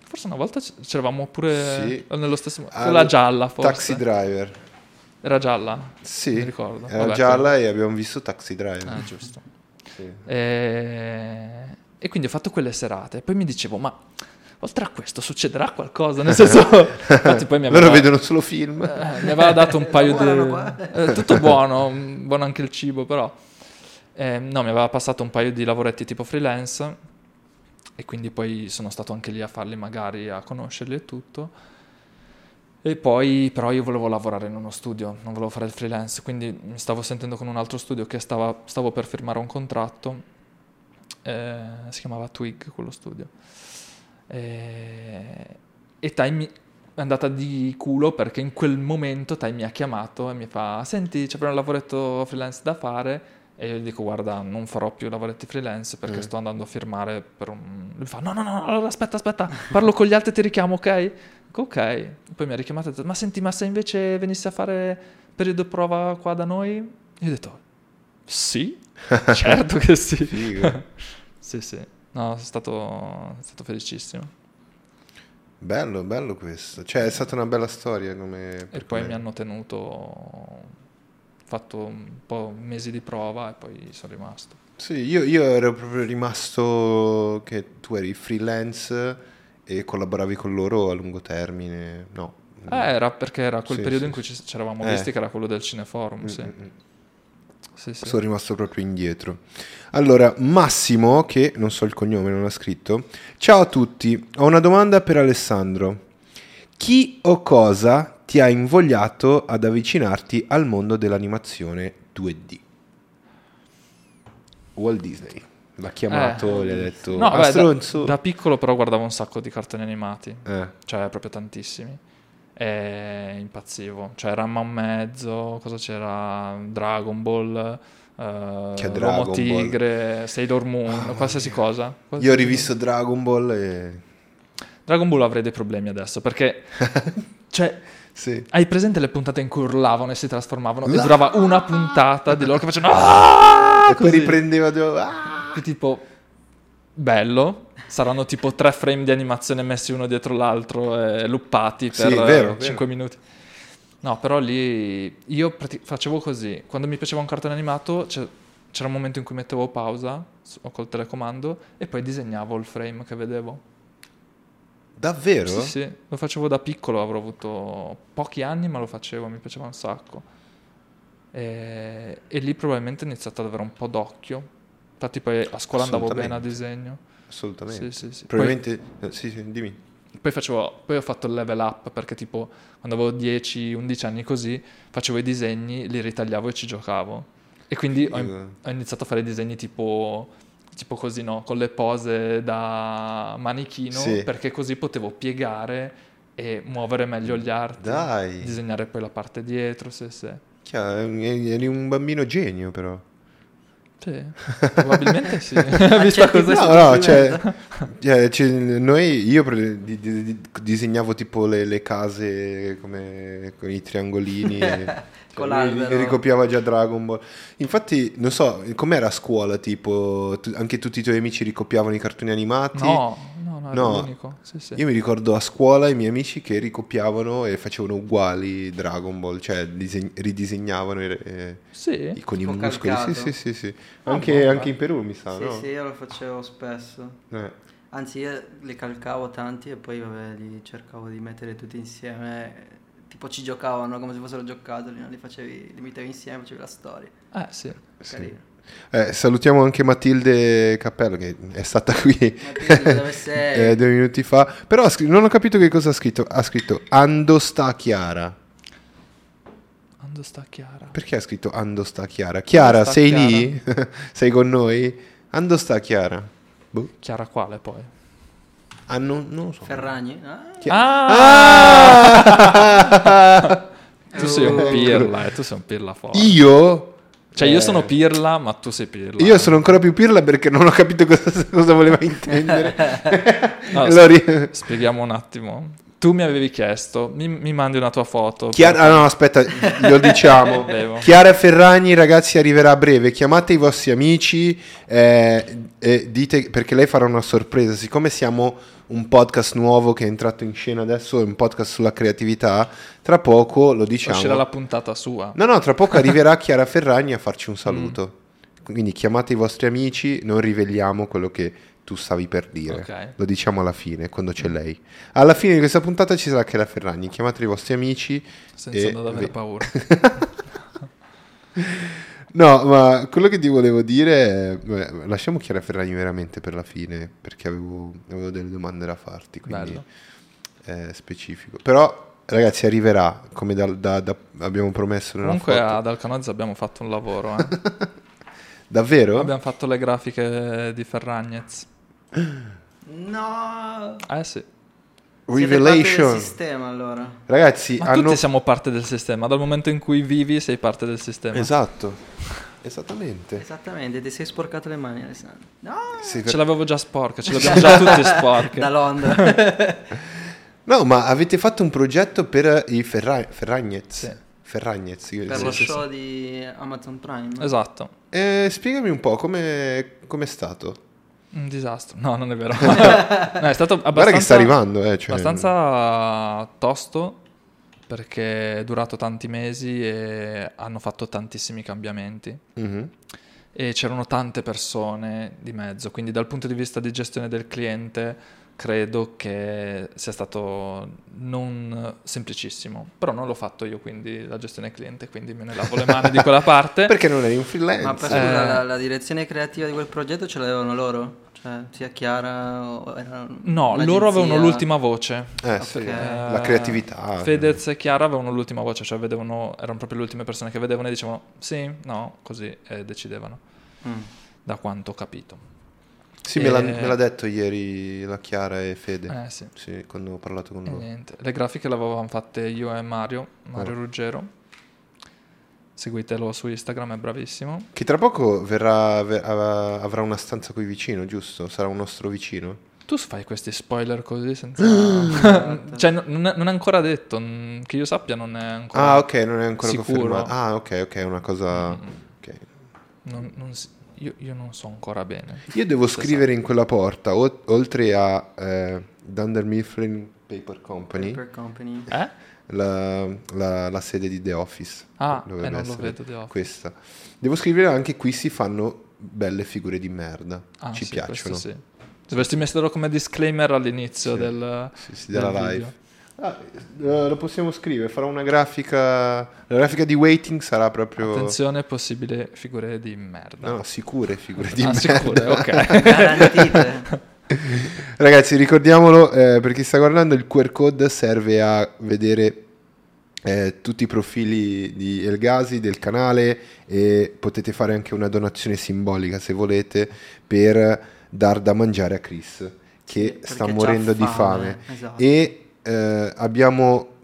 C: Forse una volta c- c'eravamo pure
A: Sì.
C: nello stesso... Quella
A: Al-
C: gialla forse.
A: Ah, Taxi Driver.
C: Era gialla?
A: Sì.
C: Mi ricordo.
A: Era
C: Vabbè,
A: gialla e abbiamo visto Taxi Driver.
C: Ah, giusto.
A: Sì.
C: E... e quindi ho fatto quelle serate. Poi mi dicevo, ma oltre a questo succederà qualcosa? Nel senso... Infatti poi mi
A: Loro
C: aveva...
A: vedono solo film.
C: Eh, mi aveva dato un paio
B: Lavorano
C: di...
B: qua.
C: eh, tutto buono, mm, buono anche il cibo, però... Eh, no, mi aveva passato un paio di lavoretti tipo freelance e quindi poi sono stato anche lì a farli magari, a conoscerli e tutto. E poi però io volevo lavorare in uno studio, non volevo fare il freelance, quindi mi stavo sentendo con un altro studio che stava- stavo per firmare un contratto, eh, si chiamava Twig quello studio. Eh, e Time è andata di culo perché in quel momento Time mi ha chiamato e mi fa senti c'è proprio un lavoretto freelance da fare e io gli dico guarda non farò più lavoretti freelance perché
A: Mm.
C: sto andando a firmare per un... Lui fa no no no allora aspetta aspetta parlo con gli altri e ti richiamo ok? Dico, Ok, poi mi ha richiamato e ha detto ma senti ma se invece venissi a fare periodo prova qua da noi? Io ho detto sì, certo che sì.
A: Figo.
C: sì sì, no sono stato, sono stato felicissimo.
A: Bello, bello questo. Cioè, è stata una bella storia come...
C: E
A: per
C: poi
A: come-
C: mi hanno tenuto, ho fatto un po' mesi di prova e poi sono rimasto.
A: Sì, io, io ero proprio rimasto che tu eri freelance e collaboravi con loro a lungo termine. No.
C: Eh, era perché era quel
A: Mm. Sì,
C: periodo
A: sì,
C: in cui ci, ci eravamo
A: Eh.
C: visti, che era quello del Cineforum,
A: Mm,
C: sì.
A: mm, mm.
C: Sì, sì.
A: Sono rimasto proprio indietro. Allora, Massimo, che non so il cognome, non ha scritto. Ciao a tutti, ho una domanda per Alessandro. Chi o cosa ti ha invogliato ad avvicinarti al mondo dell'animazione 2D? Walt Disney. L'ha chiamato,
C: Eh.
A: gli ha detto...
C: No,
A: "Ah,
C: vabbè, da,
A: stronzo."
C: da piccolo però guardavo un sacco di cartoni animati,
A: Eh,
C: cioè proprio tantissimi. E impazzivo. Cioè Ramma e mezzo, cosa c'era? Dragon Ball, eh,
A: C'è Dragon
C: L'Uomo
A: Ball. Ah,
C: Tigre, Sailor Moon, qualsiasi cosa.
A: Io ho rivisto Dragon Ball e...
C: Dragon Ball avrei dei problemi adesso perché... cioè,
A: Sì.
C: hai presente le puntate in cui urlavano e si trasformavano? E
A: La-
C: durava una puntata di loro che facevano... "Ah!"
A: e poi
C: così.
A: riprendeva... dove- ah!
C: Che tipo bello saranno tipo tre frame di animazione messi uno dietro l'altro e luppati
A: Sì,
C: per
A: vero,
C: 5 minuti no però lì io prati- facevo così quando mi piaceva un cartone animato c'è- c'era un momento in cui mettevo pausa s- o col telecomando e poi disegnavo il frame che vedevo
A: Davvero?
C: sì sì lo facevo da piccolo avrò avuto pochi anni ma lo facevo mi piaceva un sacco e, e lì probabilmente ho iniziato ad avere un po' d'occhio infatti poi a scuola andavo bene a
A: Assolutamente.
C: disegno
A: Assolutamente.
C: sì, sì, sì.
A: Probabilmente... eh, Sì, sì, dimmi.
C: Poi, poi facevo, poi ho fatto il level up perché tipo quando avevo 10, 11 anni così facevo i disegni, li ritagliavo e ci giocavo. E quindi ho,
A: Figo.
C: ho iniziato a fare disegni tipo, tipo così, no? Con le pose da manichino
A: Sì.
C: perché così potevo piegare e muovere meglio gli arti.
A: Dai.
C: Disegnare poi la parte dietro, sì, sì.
A: Chia, Eri un bambino genio però.
C: Sì, probabilmente sì. Vista
B: Accetti
C: così.
B: questo
A: No, no, cioè,
B: complimento?
A: cioè, ci- noi, io pre- di- di- di- disegnavo tipo le, le case come con i triangolini, e, cioè,
B: Con
A: lui
B: l'albero.
A: ricopiava già Dragon Ball. Infatti, non so, com'era a scuola, tipo, tu- anche tutti i tuoi amici ricopiavano i cartoni animati?
C: No, no, no,
A: No.
C: è l'unico. Sì, sì.
A: Io mi ricordo a scuola i miei amici che ricopiavano e facevano uguali Dragon Ball, cioè diseg- ridisegnavano i- eh,
C: Sì.
A: con i
B: Tipo
A: muscoli. Sì,
B: calcato.
A: sì, sì, sì.
C: Ah,
A: Anche,
C: buono,
A: anche
C: eh.
A: in Perù mi sa,
B: Sì,
A: no?
B: sì, io lo facevo spesso.
A: Eh.
B: Anzi, io li calcavo tanti e poi vabbè, li cercavo di mettere tutti insieme. Tipo ci giocavano come se fossero giocattoli, no? li facevi, li mettevi insieme, facevi la storia.
C: Eh, sì.
A: Sì.
B: Carino.
A: Eh, salutiamo anche Matilde Cappello che è stata qui
B: Matilde, dove sei?
A: eh, due minuti fa. Però ha scr- non ho capito che cosa ha scritto. Ha scritto Ando sta Chiara.
C: Quando sta Chiara?
A: Perché ha scritto Ando sta Chiara? Chiara,
C: sta
A: sei lì? sei con noi? Ando sta Chiara? Boh.
C: Chiara quale poi?
A: Ah, non, non lo so.
B: Ferragni? Ah,
A: Chi- Ah!
C: Ah! tu sei un
B: Oh.
C: pirla, eh, tu sei un pirla forte.
A: Io?
C: Cioè io
A: Ecco. Eh,
C: sono pirla, ma tu sei pirla.
A: Io sono ancora più pirla perché non ho capito cosa, cosa voleva intendere.
C: No,
A: Allora,
C: sp- Spieghiamo un attimo. Tu mi avevi chiesto, mi, mi mandi una tua foto.
A: Chiara, ah no, aspetta, lo diciamo.
C: Bevo.
A: Chiara Ferragni, ragazzi, arriverà a breve. Chiamate i vostri amici eh, e dite perché lei farà una sorpresa. Siccome siamo un podcast nuovo che è entrato in scena adesso, è un podcast sulla creatività, tra poco lo
C: Uscirà
A: diciamo.
C: la puntata sua.
A: No, no, tra poco arriverà Chiara Ferragni a farci un
C: Mm.
A: saluto. Quindi chiamate i vostri amici, non riveliamo quello che tu stavi per dire.
C: Ok.
A: Lo diciamo alla fine, quando c'è lei. Alla fine di questa puntata ci sarà Chiara Ferragni. Chiamate i vostri amici.
C: Senza
A: e
C: non avere
A: ve-
C: paura.
A: No, ma quello che ti volevo dire è... beh, lasciamo Chiara Ferragni veramente per la fine, perché avevo, avevo delle domande da farti, quindi
C: Bello.
A: eh, specifico. Però, ragazzi, arriverà, come da- da- da- abbiamo promesso nella
C: Comunque
A: foto.
C: ad Alcanozzi abbiamo fatto un lavoro. eh.
A: Davvero?
C: abbiamo fatto le grafiche di Ferragnez.
B: no!
C: Eh sì.
B: Siete parte
A: Revelation.
B: del sistema allora.
A: Ragazzi,
C: Ma
A: hanno...
C: tutti siamo parte del sistema. Dal momento in cui vivi sei parte del sistema.
A: Esatto, esattamente.
B: Esattamente, ti sei sporcato le mani Alessandro. No!
A: Sì, per-
C: Eh, Ce l'avevo già sporca, ce l'abbiamo già tutti sporche.
B: Da Londra.
A: No, ma avete fatto un progetto per i Ferra... Ferragnez.
C: Sì.
A: Ferragnez, io-
B: per
A: sì,
B: lo
A: sì, sì.
B: show di Amazon Prime.
C: Esatto.
A: Eh, spiegami un po' come come è stato.
C: Un disastro. No, non è vero. No, è stato abbastanza,
A: Guarda che sta arrivando, eh, cioè-
C: abbastanza tosto perché è durato tanti mesi e hanno fatto tantissimi cambiamenti
A: Mhm.
C: e c'erano tante persone di mezzo, quindi dal punto di vista di gestione del cliente credo che sia stato non semplicissimo, però non l'ho fatto io, quindi la gestione cliente, quindi me ne lavo le mani di quella parte.
A: Perché non eri un
B: Ma per
A: freelance?
C: Eh.
B: scusa, la, la direzione creativa di quel progetto ce l'avevano loro? Cioè, sia Chiara o era
C: No,
B: un'agenzia?
C: loro avevano l'ultima voce.
A: Eh, sì,
B: Ok.
A: la creatività.
C: Fedez e Chiara avevano l'ultima voce, cioè vedevano, erano proprio le ultime persone che vedevano e dicevano sì, no, così e decidevano,
B: Mm.
C: da quanto ho capito.
A: Sì, me, l'ha,
C: Eh.
A: me l'ha detto ieri la Chiara e Fede.
C: Eh sì. Eh.
A: Sì, quando ho parlato con
C: E
A: loro. Eh.
C: niente. Le grafiche le avevamo fatte io e Mario, Mario
A: Oh.
C: Ruggero. Seguitelo su Instagram, è bravissimo.
A: Che tra poco verrà, ver- av- avrà una stanza qui vicino, giusto? Sarà un nostro vicino.
C: Tu fai questi spoiler così
A: Esatto.
B: Esatto.
C: senza... cioè, non- non è, non è ancora detto, mm, che io sappia non è ancora...
A: Ah, ok, non è ancora
C: Sicuro.
A: confermato. Ah, ok, ok, è una cosa... ok.
C: Non- non si- io, io non so ancora bene.
A: Io devo
C: Sì,
A: scrivere in quella porta, o- oltre a eh, Dunder Mifflin Paper Company,
B: Per company.
C: Eh?
A: La, la- la sede di The Office.
C: Ah, eh,
A: Dovrebbe
C: non lo
A: essere
C: vedo The Office.
A: Questa. Devo scrivere anche qui si fanno belle figure di merda.
C: Ah,
A: Ci
C: sì, questo
A: piacciono.
C: Sì. Dovresti metterlo come disclaimer all'inizio
A: Sì.
C: del...
A: Sì, sì, della
C: del
A: live.
C: video.
A: Ah, eh, lo possiamo scrivere, farò una grafica. La grafica di waiting sarà proprio.
C: Attenzione, possibile figure di merda.
A: No, no, sicure figure di
C: ah,
A: merda.
C: sicure, ok.
B: Garantite.
A: Ragazzi, ricordiamolo eh, per chi sta guardando: il QR code serve a vedere eh, tutti i profili di Elgasi, del canale e potete fare anche una donazione simbolica se volete per dar da mangiare a Chris che
B: Perché
A: sta
B: c'ha
A: morendo di fame.
B: Esatto.
A: E eh, abbiamo.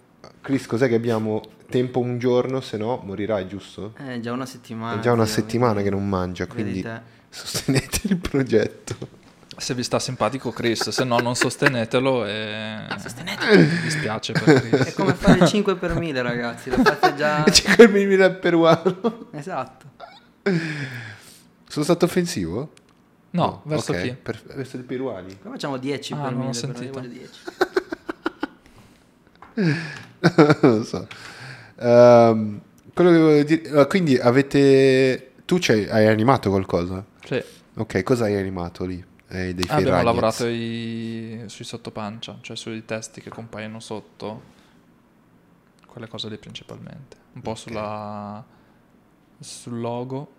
A: Chris, cos'è che abbiamo? Tempo un giorno, se no morirai, giusto?
B: È Eh, già una settimana.
A: È già una
B: zio,
A: settimana che
B: vedi-
A: non mangia,
B: vedi
A: quindi
B: te.
A: sostenete il progetto.
C: Se vi sta simpatico Chris, se no non sostenetelo e... Sostenetelo! Mi dispiace per Chris.
B: È come fare 5 per 1000 ragazzi, lo fate già...
A: 5.000 peruano.
B: Esatto.
A: Sono stato offensivo?
C: No, verso
A: Oh, ok,
C: chi?
A: per- verso i peruani.
B: Come facciamo 10
C: Ah,
B: per
C: non ho
B: 1000?
C: sentito.
B: Però io voglio 10.
A: non lo so. Ehm, quello che volevo dire... allora, Quindi avete... Tu c'hai- hai animato qualcosa?
C: Sì,
A: Ok, cosa hai animato lì? Eh, dei
C: Ah, abbiamo
A: ferragnez.
C: lavorato i- sui sottopancia, cioè sui testi che compaiono sotto, quelle cose lì principalmente. Un po'
A: Ok.
C: sulla... sul logo.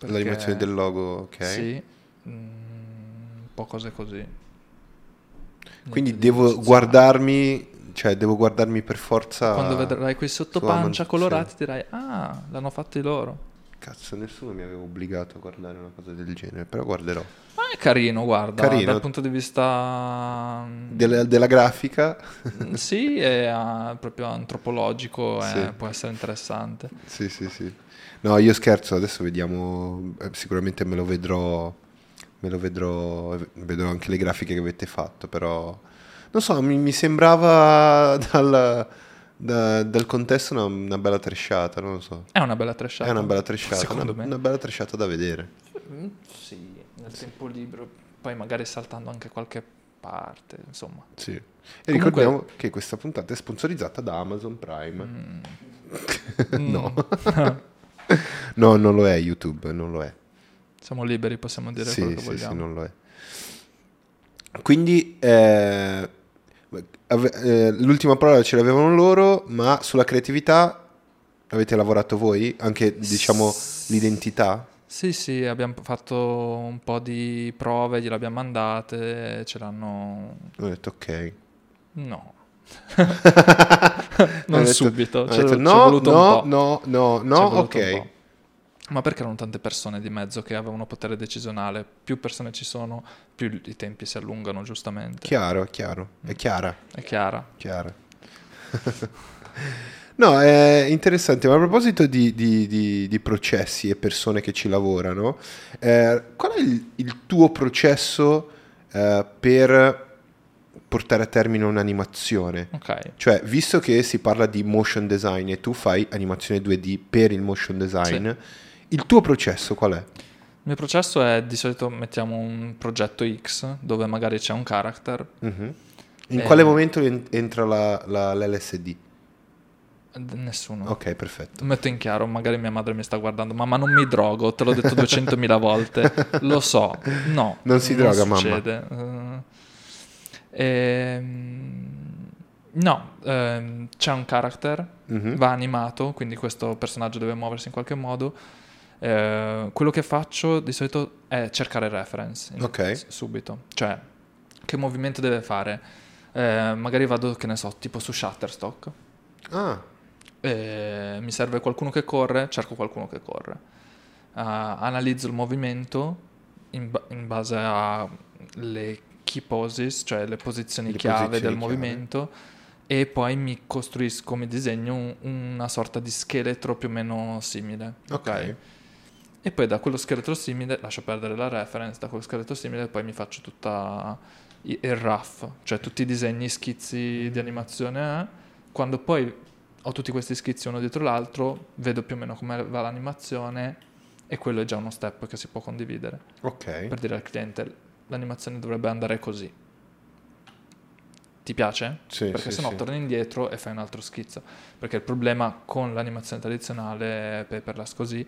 A: L'animazione
C: perché-
A: del logo, ok.
C: Sì, mm, un po' cose così. Niente
A: Quindi
C: di
A: devo
C: eccezionale.
A: guardarmi... Cioè, devo guardarmi per forza...
C: Quando vedrai quei sottopancia
A: Sua-
C: colorati dirai, ah, l'hanno fatti loro.
A: Cazzo, nessuno mi aveva obbligato a guardare una cosa del genere, però guarderò.
C: Ma è carino, guarda,
A: Carino.
C: dal punto di vista... mm,
A: Della, della grafica...
C: Sì, è ah, proprio antropologico, eh,
A: Sì.
C: può essere interessante.
A: Sì, sì, sì. No, io scherzo, adesso vediamo, eh, sicuramente me lo vedrò, me lo vedrò, eh, vedrò anche le grafiche che avete fatto, però non so, mi, mi sembrava dal, da- dal contesto una, una bella tresciata, non lo so.
C: È una bella trashata.
A: È una bella tresciata,
C: Secondo
A: una,
C: me.
A: una bella tresciata da vedere.
C: Mm, Sì, nel tempo libero, poi magari saltando anche qualche parte, insomma.
A: Sì. E
C: Comunque-
A: ricordiamo che questa puntata è sponsorizzata da Amazon Prime.
C: Mm.
A: no. no, non lo è YouTube, non lo è.
C: Siamo liberi, possiamo dire
A: sì,
C: quello che
A: sì,
C: vogliamo.
A: Sì, non lo è. Quindi eh, ave- eh, l'ultima parola ce l'avevano loro, ma sulla creatività avete lavorato voi? Anche diciamo l'identità?
C: Sì, sì, abbiamo fatto un po' di prove, gliel'abbiamo mandate, ce l'hanno...
A: Ho detto ok.
C: No.
A: Ho
C: non
A: detto-
C: subito,
A: ho
C: ci è-
A: detto,
C: ci è
A: no,
C: voluto un
A: no,
C: po'.
A: no, no,
C: Ci è
A: no,
C: voluto un
A: ok.
C: po'. Ma perché erano tante persone di mezzo che avevano potere decisionale? Più persone ci sono, più i tempi si allungano, giustamente.
A: Chiaro, chiaro. È chiara,
C: È chiara.
A: chiara. No, è interessante, ma a proposito di, di- di- di processi e persone che ci lavorano, eh, qual è il, il tuo processo eh, per portare a termine un'animazione?
C: Ok.
A: Cioè, visto che si parla di motion design e tu fai animazione 2D per il motion design, il tuo processo qual è?
C: Il mio processo è di solito mettiamo un progetto X dove magari c'è un character.
A: Mhm. In
C: Eh.
A: quale momento en- entra la- la- l'LSD?
C: Eh, Nessuno.
A: Ok, perfetto.
C: Metto in chiaro, magari mia madre mi sta guardando, mamma non mi drogo, te l'ho detto 200.000 volte, lo so, no.
A: Non si droga, mamma.
C: succede. Eh, ehm, no, ehm, c'è un character,
A: Mhm.
C: va animato, quindi questo personaggio deve muoversi in qualche modo. Eh, quello che faccio di solito è cercare reference in-
A: Ok.
C: s- subito, cioè che movimento deve fare. Eh, magari vado, che ne so, tipo su Shutterstock.
A: Ah,
C: Eh, mi serve qualcuno che corre, cerco qualcuno che corre. Ah, analizzo il movimento in, ba- in base alle key poses, cioè le posizioni
A: Le
C: chiave
A: posizioni
C: del
A: chiave.
C: movimento, e poi mi costruisco, mi disegno un- una sorta di scheletro più o meno simile.
A: Ok.
C: E poi da quello scheletro simile, lascio perdere la reference, da quello scheletro simile poi mi faccio tutta i- il rough, cioè tutti i disegni, schizzi di animazione. eh. Quando poi ho tutti questi schizzi uno dietro l'altro, vedo più o meno come va l'animazione e quello è già uno step che si può condividere.
A: Ok.
C: Per dire al cliente, l'animazione dovrebbe andare così. Ti piace?
A: Sì,
C: perché
A: sì,
C: sennò
A: sì.
C: torni indietro e fai un altro schizzo. Perché il problema con l'animazione tradizionale, paperless così,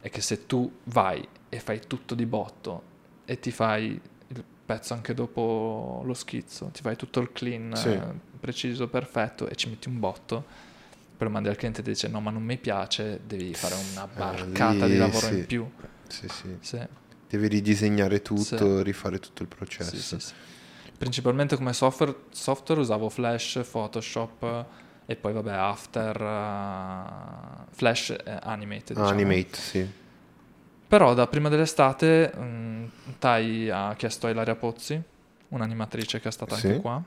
C: è che se tu vai e fai tutto di botto e ti fai il pezzo anche dopo lo schizzo, ti fai tutto il clean,
A: Sì.
C: eh, preciso, perfetto e ci metti un botto, poi lo mandi al cliente e ti dice no ma non mi piace, devi fare una
A: Eh,
C: barcata
A: lì
C: di lavoro
A: sì.
C: in più.
A: Sì, sì.
C: Sì.
A: Devi ridisegnare tutto,
C: Sì.
A: rifare tutto il
C: Sì,
A: processo.
C: sì, sì. Principalmente come software, software usavo Flash, Photoshop eh, e poi vabbè After, eh, Flash eh, Animate. Diciamo.
A: Ah, Animate, sì.
C: Però da prima dell'estate mh, Tai ha chiesto a Ilaria Pozzi, un'animatrice che è stata
A: Sì.
C: anche qua,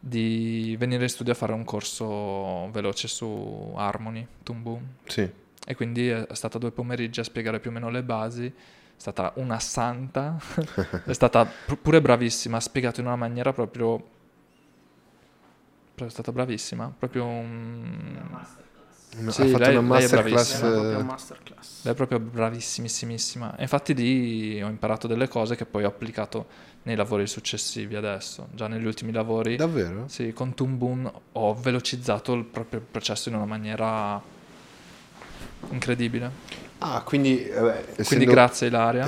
C: di venire in studio a fare un corso veloce su Harmony, Toon Boom.
A: Sì.
C: E quindi è è stata due pomeriggi a spiegare più o meno le basi. È stata una santa, è stata pu- pure bravissima, ha spiegato in una maniera proprio... proprio È stata bravissima, proprio... un-
A: No,
C: Sì,
A: ha fatto
C: lei-
A: una
C: lei è
A: masterclass.
C: bravissima.
B: Era proprio un
A: eh,
B: masterclass.
C: Lei è proprio bravissimissima. E infatti lì ho imparato delle cose che poi ho applicato nei lavori successivi adesso. Già negli ultimi lavori,
A: Davvero?
C: sì, con Toon Boom ho velocizzato il proprio processo in una maniera incredibile.
A: Ah, quindi... vabbè,
C: Quindi
A: essendo-
C: grazie Ilaria.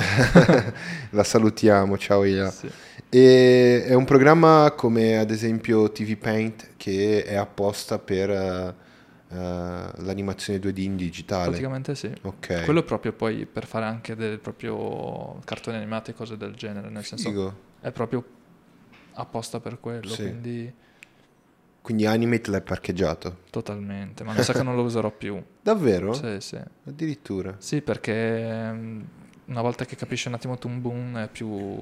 A: La salutiamo, ciao Ia.
C: Sì.
A: E è un programma come ad esempio TV Paint che è apposta per eh, eh, l'animazione 2D in digitale.
C: Praticamente sì.
A: Ok.
C: Quello è proprio poi per fare anche del proprio cartoni animati e cose del genere, nel senso
A: Figo.
C: è proprio apposta per quello,
A: Sì.
C: quindi
A: Quindi Animate l'hai parcheggiato.
C: totalmente, ma mi sa che non lo userò più.
A: Davvero?
C: Sì, sì.
A: Addirittura.
C: Sì, perché mm, una volta che capisci un attimo Toon Boom è più,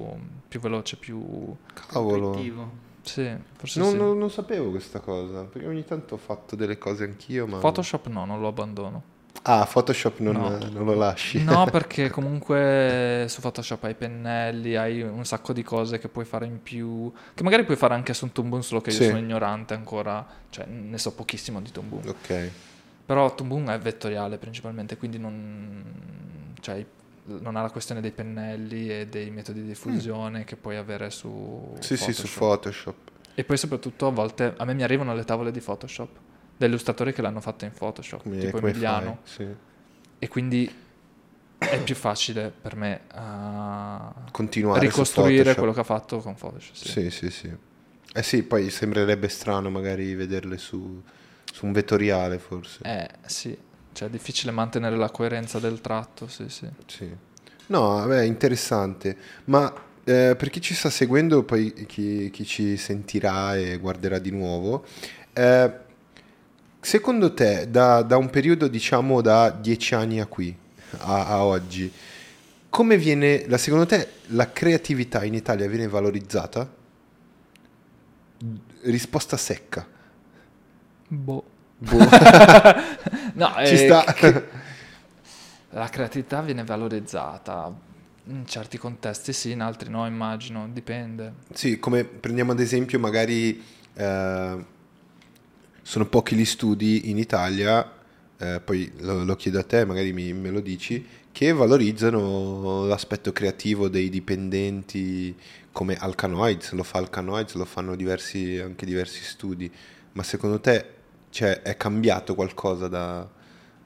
C: più veloce, più...
A: Cavolo.
B: Intuitivo.
C: Sì, forse
A: Non,
C: sì.
A: non- non sapevo questa cosa. Perché ogni tanto ho fatto delle cose anch'io. Ma...
C: Photoshop no, non lo abbandono.
A: Ah, Photoshop non,
C: No.
A: non lo lasci.
C: No, perché comunque su Photoshop hai i pennelli, hai un sacco di cose che puoi fare in più, che magari puoi fare anche su un Toon Boom, solo che io
A: Sì.
C: sono ignorante ancora, cioè ne so pochissimo di Toon Boom.
A: Ok.
C: Però Toon Boom è vettoriale principalmente, quindi non, cioè, non ha la questione dei pennelli e dei metodi di diffusione che puoi avere su
A: Mm. Sì, sì, su Photoshop.
C: E poi soprattutto a volte a me mi arrivano le tavole di Photoshop, da illustratori che l'hanno fatta in Photoshop,
A: Come,
C: tipo
A: come
C: Emiliano
A: fai? Sì.
C: e quindi è più facile per me eh,
A: Continuare su
C: ricostruire
A: Photoshop.
C: quello che ha fatto con Photoshop. Sì.
A: Sì, sì, sì. Eh sì, poi sembrerebbe strano magari vederle su, su un vettoriale forse.
C: Eh, sì, cioè è difficile mantenere la coerenza del tratto, sì, sì.
A: Sì. No, vabbè, interessante. Ma eh, per chi ci sta seguendo, poi chi, chi ci sentirà e guarderà di nuovo, eh, secondo te da, da un periodo diciamo da dieci anni a qui, a, a oggi, come viene, la, secondo te la creatività in Italia viene valorizzata? Risposta secca.
C: Boh.
A: Boh.
C: No,
A: ci
C: eh,
A: sta.
C: la creatività viene valorizzata. In certi contesti sì, in altri no, immagino, dipende.
A: Sì, come prendiamo ad esempio, magari eh, sono pochi gli studi in Italia, eh, poi lo, lo chiedo a te, magari mi- me lo dici, che valorizzano l'aspetto creativo dei dipendenti come Alcanoids, lo fa Alcanoids, lo fanno diversi- anche diversi studi, ma secondo te cioè, è cambiato qualcosa da,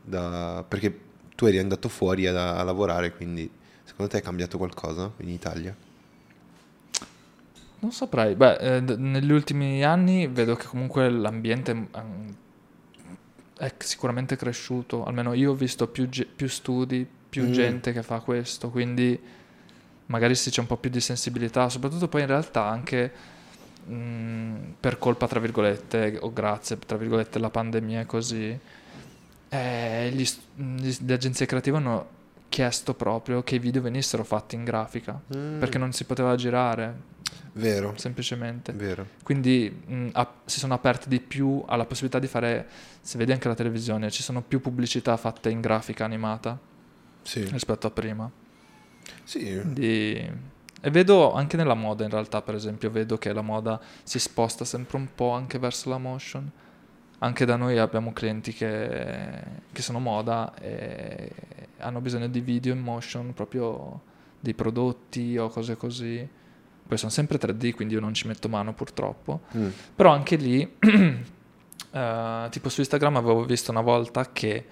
A: da- perché tu eri andato fuori a, a lavorare, quindi secondo te è cambiato qualcosa in Italia?
C: Non saprei, beh, eh, d- negli ultimi anni vedo che comunque l'ambiente mm, è sicuramente cresciuto, almeno io ho visto più, ge- più studi, più
A: Mm.
C: gente che fa questo, quindi magari sì c'è un po' più di sensibilità, soprattutto poi in realtà anche mm, per colpa, tra virgolette, o grazie, tra virgolette, la pandemia e così, eh, gli s- gli s- le agenzie creative hanno chiesto proprio che i video venissero fatti in grafica,
A: Mm.
C: perché non si poteva girare,
A: Vero,
C: semplicemente.
A: vero.
C: Quindi mh, ap- si sono aperti di più alla possibilità di fare, se vedi anche la televisione, ci sono più pubblicità fatte in grafica animata
A: Sì.
C: rispetto a prima.
A: Sì.
C: Quindi- E vedo anche nella moda, in realtà, per esempio, vedo che la moda si sposta sempre un po' anche verso la motion. Anche da noi abbiamo clienti che, che sono moda e hanno bisogno di video in motion, proprio dei prodotti o cose così. Poi sono sempre 3D, quindi io non ci metto mano purtroppo.
A: Mm.
C: Però anche lì, eh, tipo su Instagram avevo visto una volta che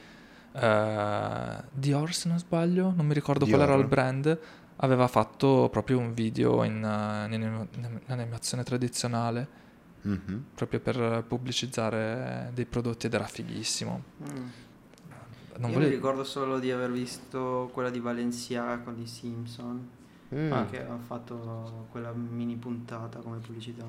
C: eh, Dior, se non sbaglio, non mi ricordo qual
A: Dior.
C: era il brand, aveva fatto proprio un video in, eh, in anim- in animazione tradizionale
A: Mhm.
C: proprio per pubblicizzare dei prodotti ed era fighissimo.
B: Mm.
C: Non
B: Io
C: volevo-
B: mi ricordo solo di aver visto quella di Valencia con i Simpson,
A: Mm.
C: Ah.
B: che hanno fatto quella mini puntata come pubblicità.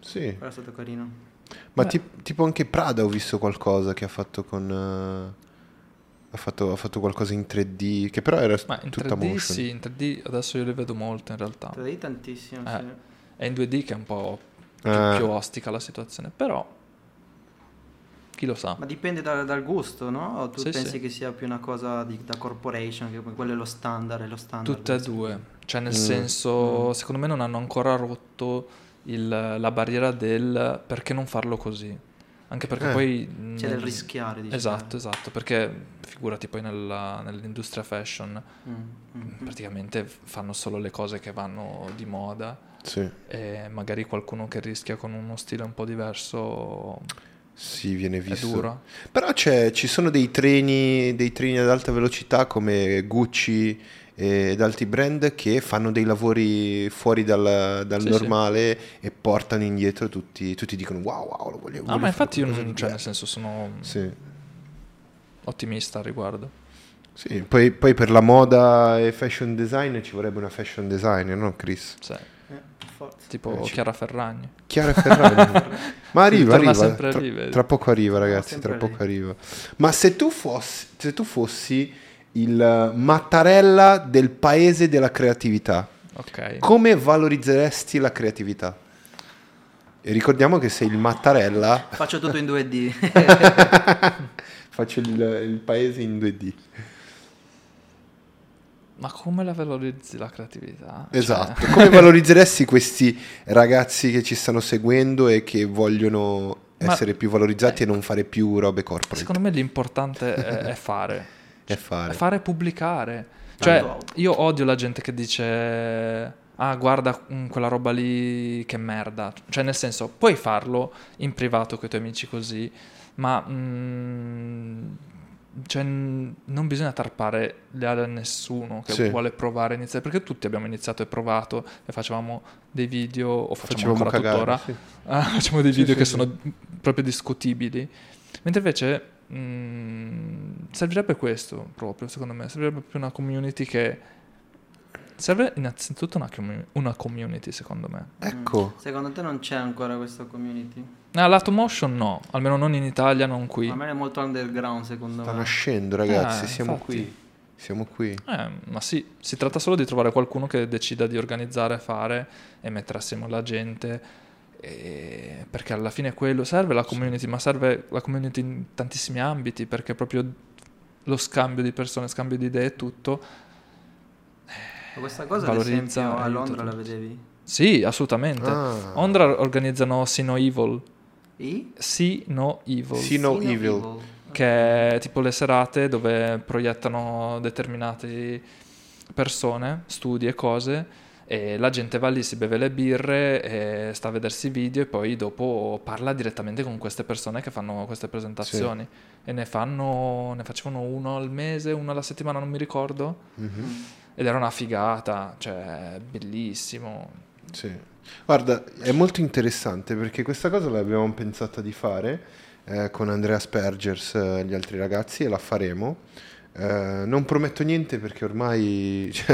A: Sì.
B: Era stato carino.
A: Ma
C: Beh.
A: ti- tipo anche Prada ho visto qualcosa che ha fatto con... eh, ha, fatto, ha fatto qualcosa in 3D, che però era
C: Ma in
A: tutta
C: 3D
A: motion. Eh,
C: sì, in 3D adesso io le vedo molto in realtà.
B: Te l'ho detto tantissimo,
C: Ah. Eh.
B: sì.
C: È in 2D che è un po' più,
A: Eh.
C: più ostica la situazione, però chi lo sa.
B: Ma dipende da- dal gusto, no? O tu
C: Sì,
B: pensi
C: sì.
B: che sia più una cosa di- da corporation, che quello è lo standard, è lo standard.
C: Tutte e due, cioè nel
A: Mm.
C: senso, secondo me non hanno ancora rotto il- la barriera del perché non farlo così. Anche perché
A: Eh.
C: poi...
B: C'è del
C: nel-
B: rischiare, diciamo.
C: Esatto, esatto, perché figurati poi nella- nell'industria fashion,
B: Mm, mm.
C: praticamente fanno solo le cose che vanno di moda
A: Sì.
C: e magari qualcuno che rischia con uno stile un po' diverso
A: Sì, viene
C: è
A: visto.
C: duro.
A: Però c'è- ci sono dei treni, dei treni ad alta velocità come Gucci eh, ed altri brand che fanno dei lavori fuori dal, dal
C: Sì, sì.
A: normale e portano indietro tutti, tutti dicono wow, wow, lo voglio, voglio
C: Ah, ma
A: fare
C: infatti io
A: qualcosa
C: non,
A: di
C: cioè,
A: diverso."
C: nel senso sono
A: Sì.
C: ottimista al riguardo.
A: Sì, poi, poi per la moda e fashion design ci vorrebbe una fashion designer, no Chris?
C: Cioè,
B: Eh, forza.
C: tipo
A: Eh, ci-
C: Chiara Ferragni.
A: Chiara Ferragni. Ma arriva,
C: Torna
A: arriva.
C: sempre
A: tra,
C: lì, vedi.
A: tra poco arriva ragazzi,
B: Sempre
A: tra poco
B: lì.
A: arriva. Ma se tu fossi, se tu fossi il Mattarella del paese della creatività,
C: Ok.
A: come valorizzeresti la creatività? E ricordiamo che sei il Mattarella,
B: Faccio tutto in 2D.
A: faccio il, il paese in 2D.
C: Ma come la valorizzi la creatività? Cioè,
A: Esatto. Come valorizzeresti questi ragazzi che ci stanno seguendo e che vogliono
C: Ma-
A: essere più valorizzati e non fare più robe corporate?
C: secondo me l'importante è, è fare.
A: È fare.
C: È fare e pubblicare.
B: Tanto
C: Cioè,
B: out.
C: io odio la gente che dice... Ah, guarda mm, quella roba lì, che merda. Cioè, nel senso, puoi farlo in privato con i tuoi amici così, ma... mm, cioè, n- non bisogna tarpare le ali a nessuno che
A: Sì.
C: vuole provare a iniziare, perché tutti abbiamo iniziato e provato e facevamo dei video, o facciamo
A: Facevamo
C: ancora
A: cagare.
C: tuttora,
A: sì.
C: Ah, facciamo dei
A: Sì,
C: video
A: sì,
C: che
A: sì.
C: sono proprio discutibili. Mentre invece mh, servirebbe questo proprio, secondo me. Servirebbe più una community che... Serve innanzitutto una, commu- una community, secondo me.
A: Ecco.
B: Mm. Secondo te non c'è ancora questa community?
C: No, Eh, lato motion no, almeno non in Italia, non qui.
B: A me è molto underground secondo
A: Sta
B: me.
A: nascendo, ragazzi.
C: Eh,
A: siamo
C: infatti.
A: qui. Siamo qui.
C: Eh, ma sì, si tratta solo di trovare qualcuno che decida di organizzare, fare e mettere assieme la gente. e- Perché alla fine quello serve la community, ma serve la community in tantissimi ambiti, perché proprio lo scambio di persone, scambio di idee e tutto.
B: Ma Questa cosa ad
C: Valorizza,
B: esempio a
C: aiuta
B: Londra la
C: tutti.
B: vedevi?
C: Sì, assolutamente.
A: Ah.
C: Ondra organizzano See No Evil.
B: I?
C: See No Evil.
A: See No Evil.
C: che è tipo le serate dove proiettano determinate persone, studi e cose e la gente va lì, si beve le birre e sta a vedersi i video e poi dopo parla direttamente con queste persone che fanno queste presentazioni e ne fanno ne facevano uno al mese, uno alla settimana, non mi ricordo,
B: Mm.
A: Mhm,
C: ed era una figata, cioè bellissimo.
A: sì. Guarda, è molto interessante perché questa cosa l'abbiamo pensata di fare eh, con Andrea Spergers e gli altri ragazzi e la faremo. Eh, non prometto niente perché ormai cioè,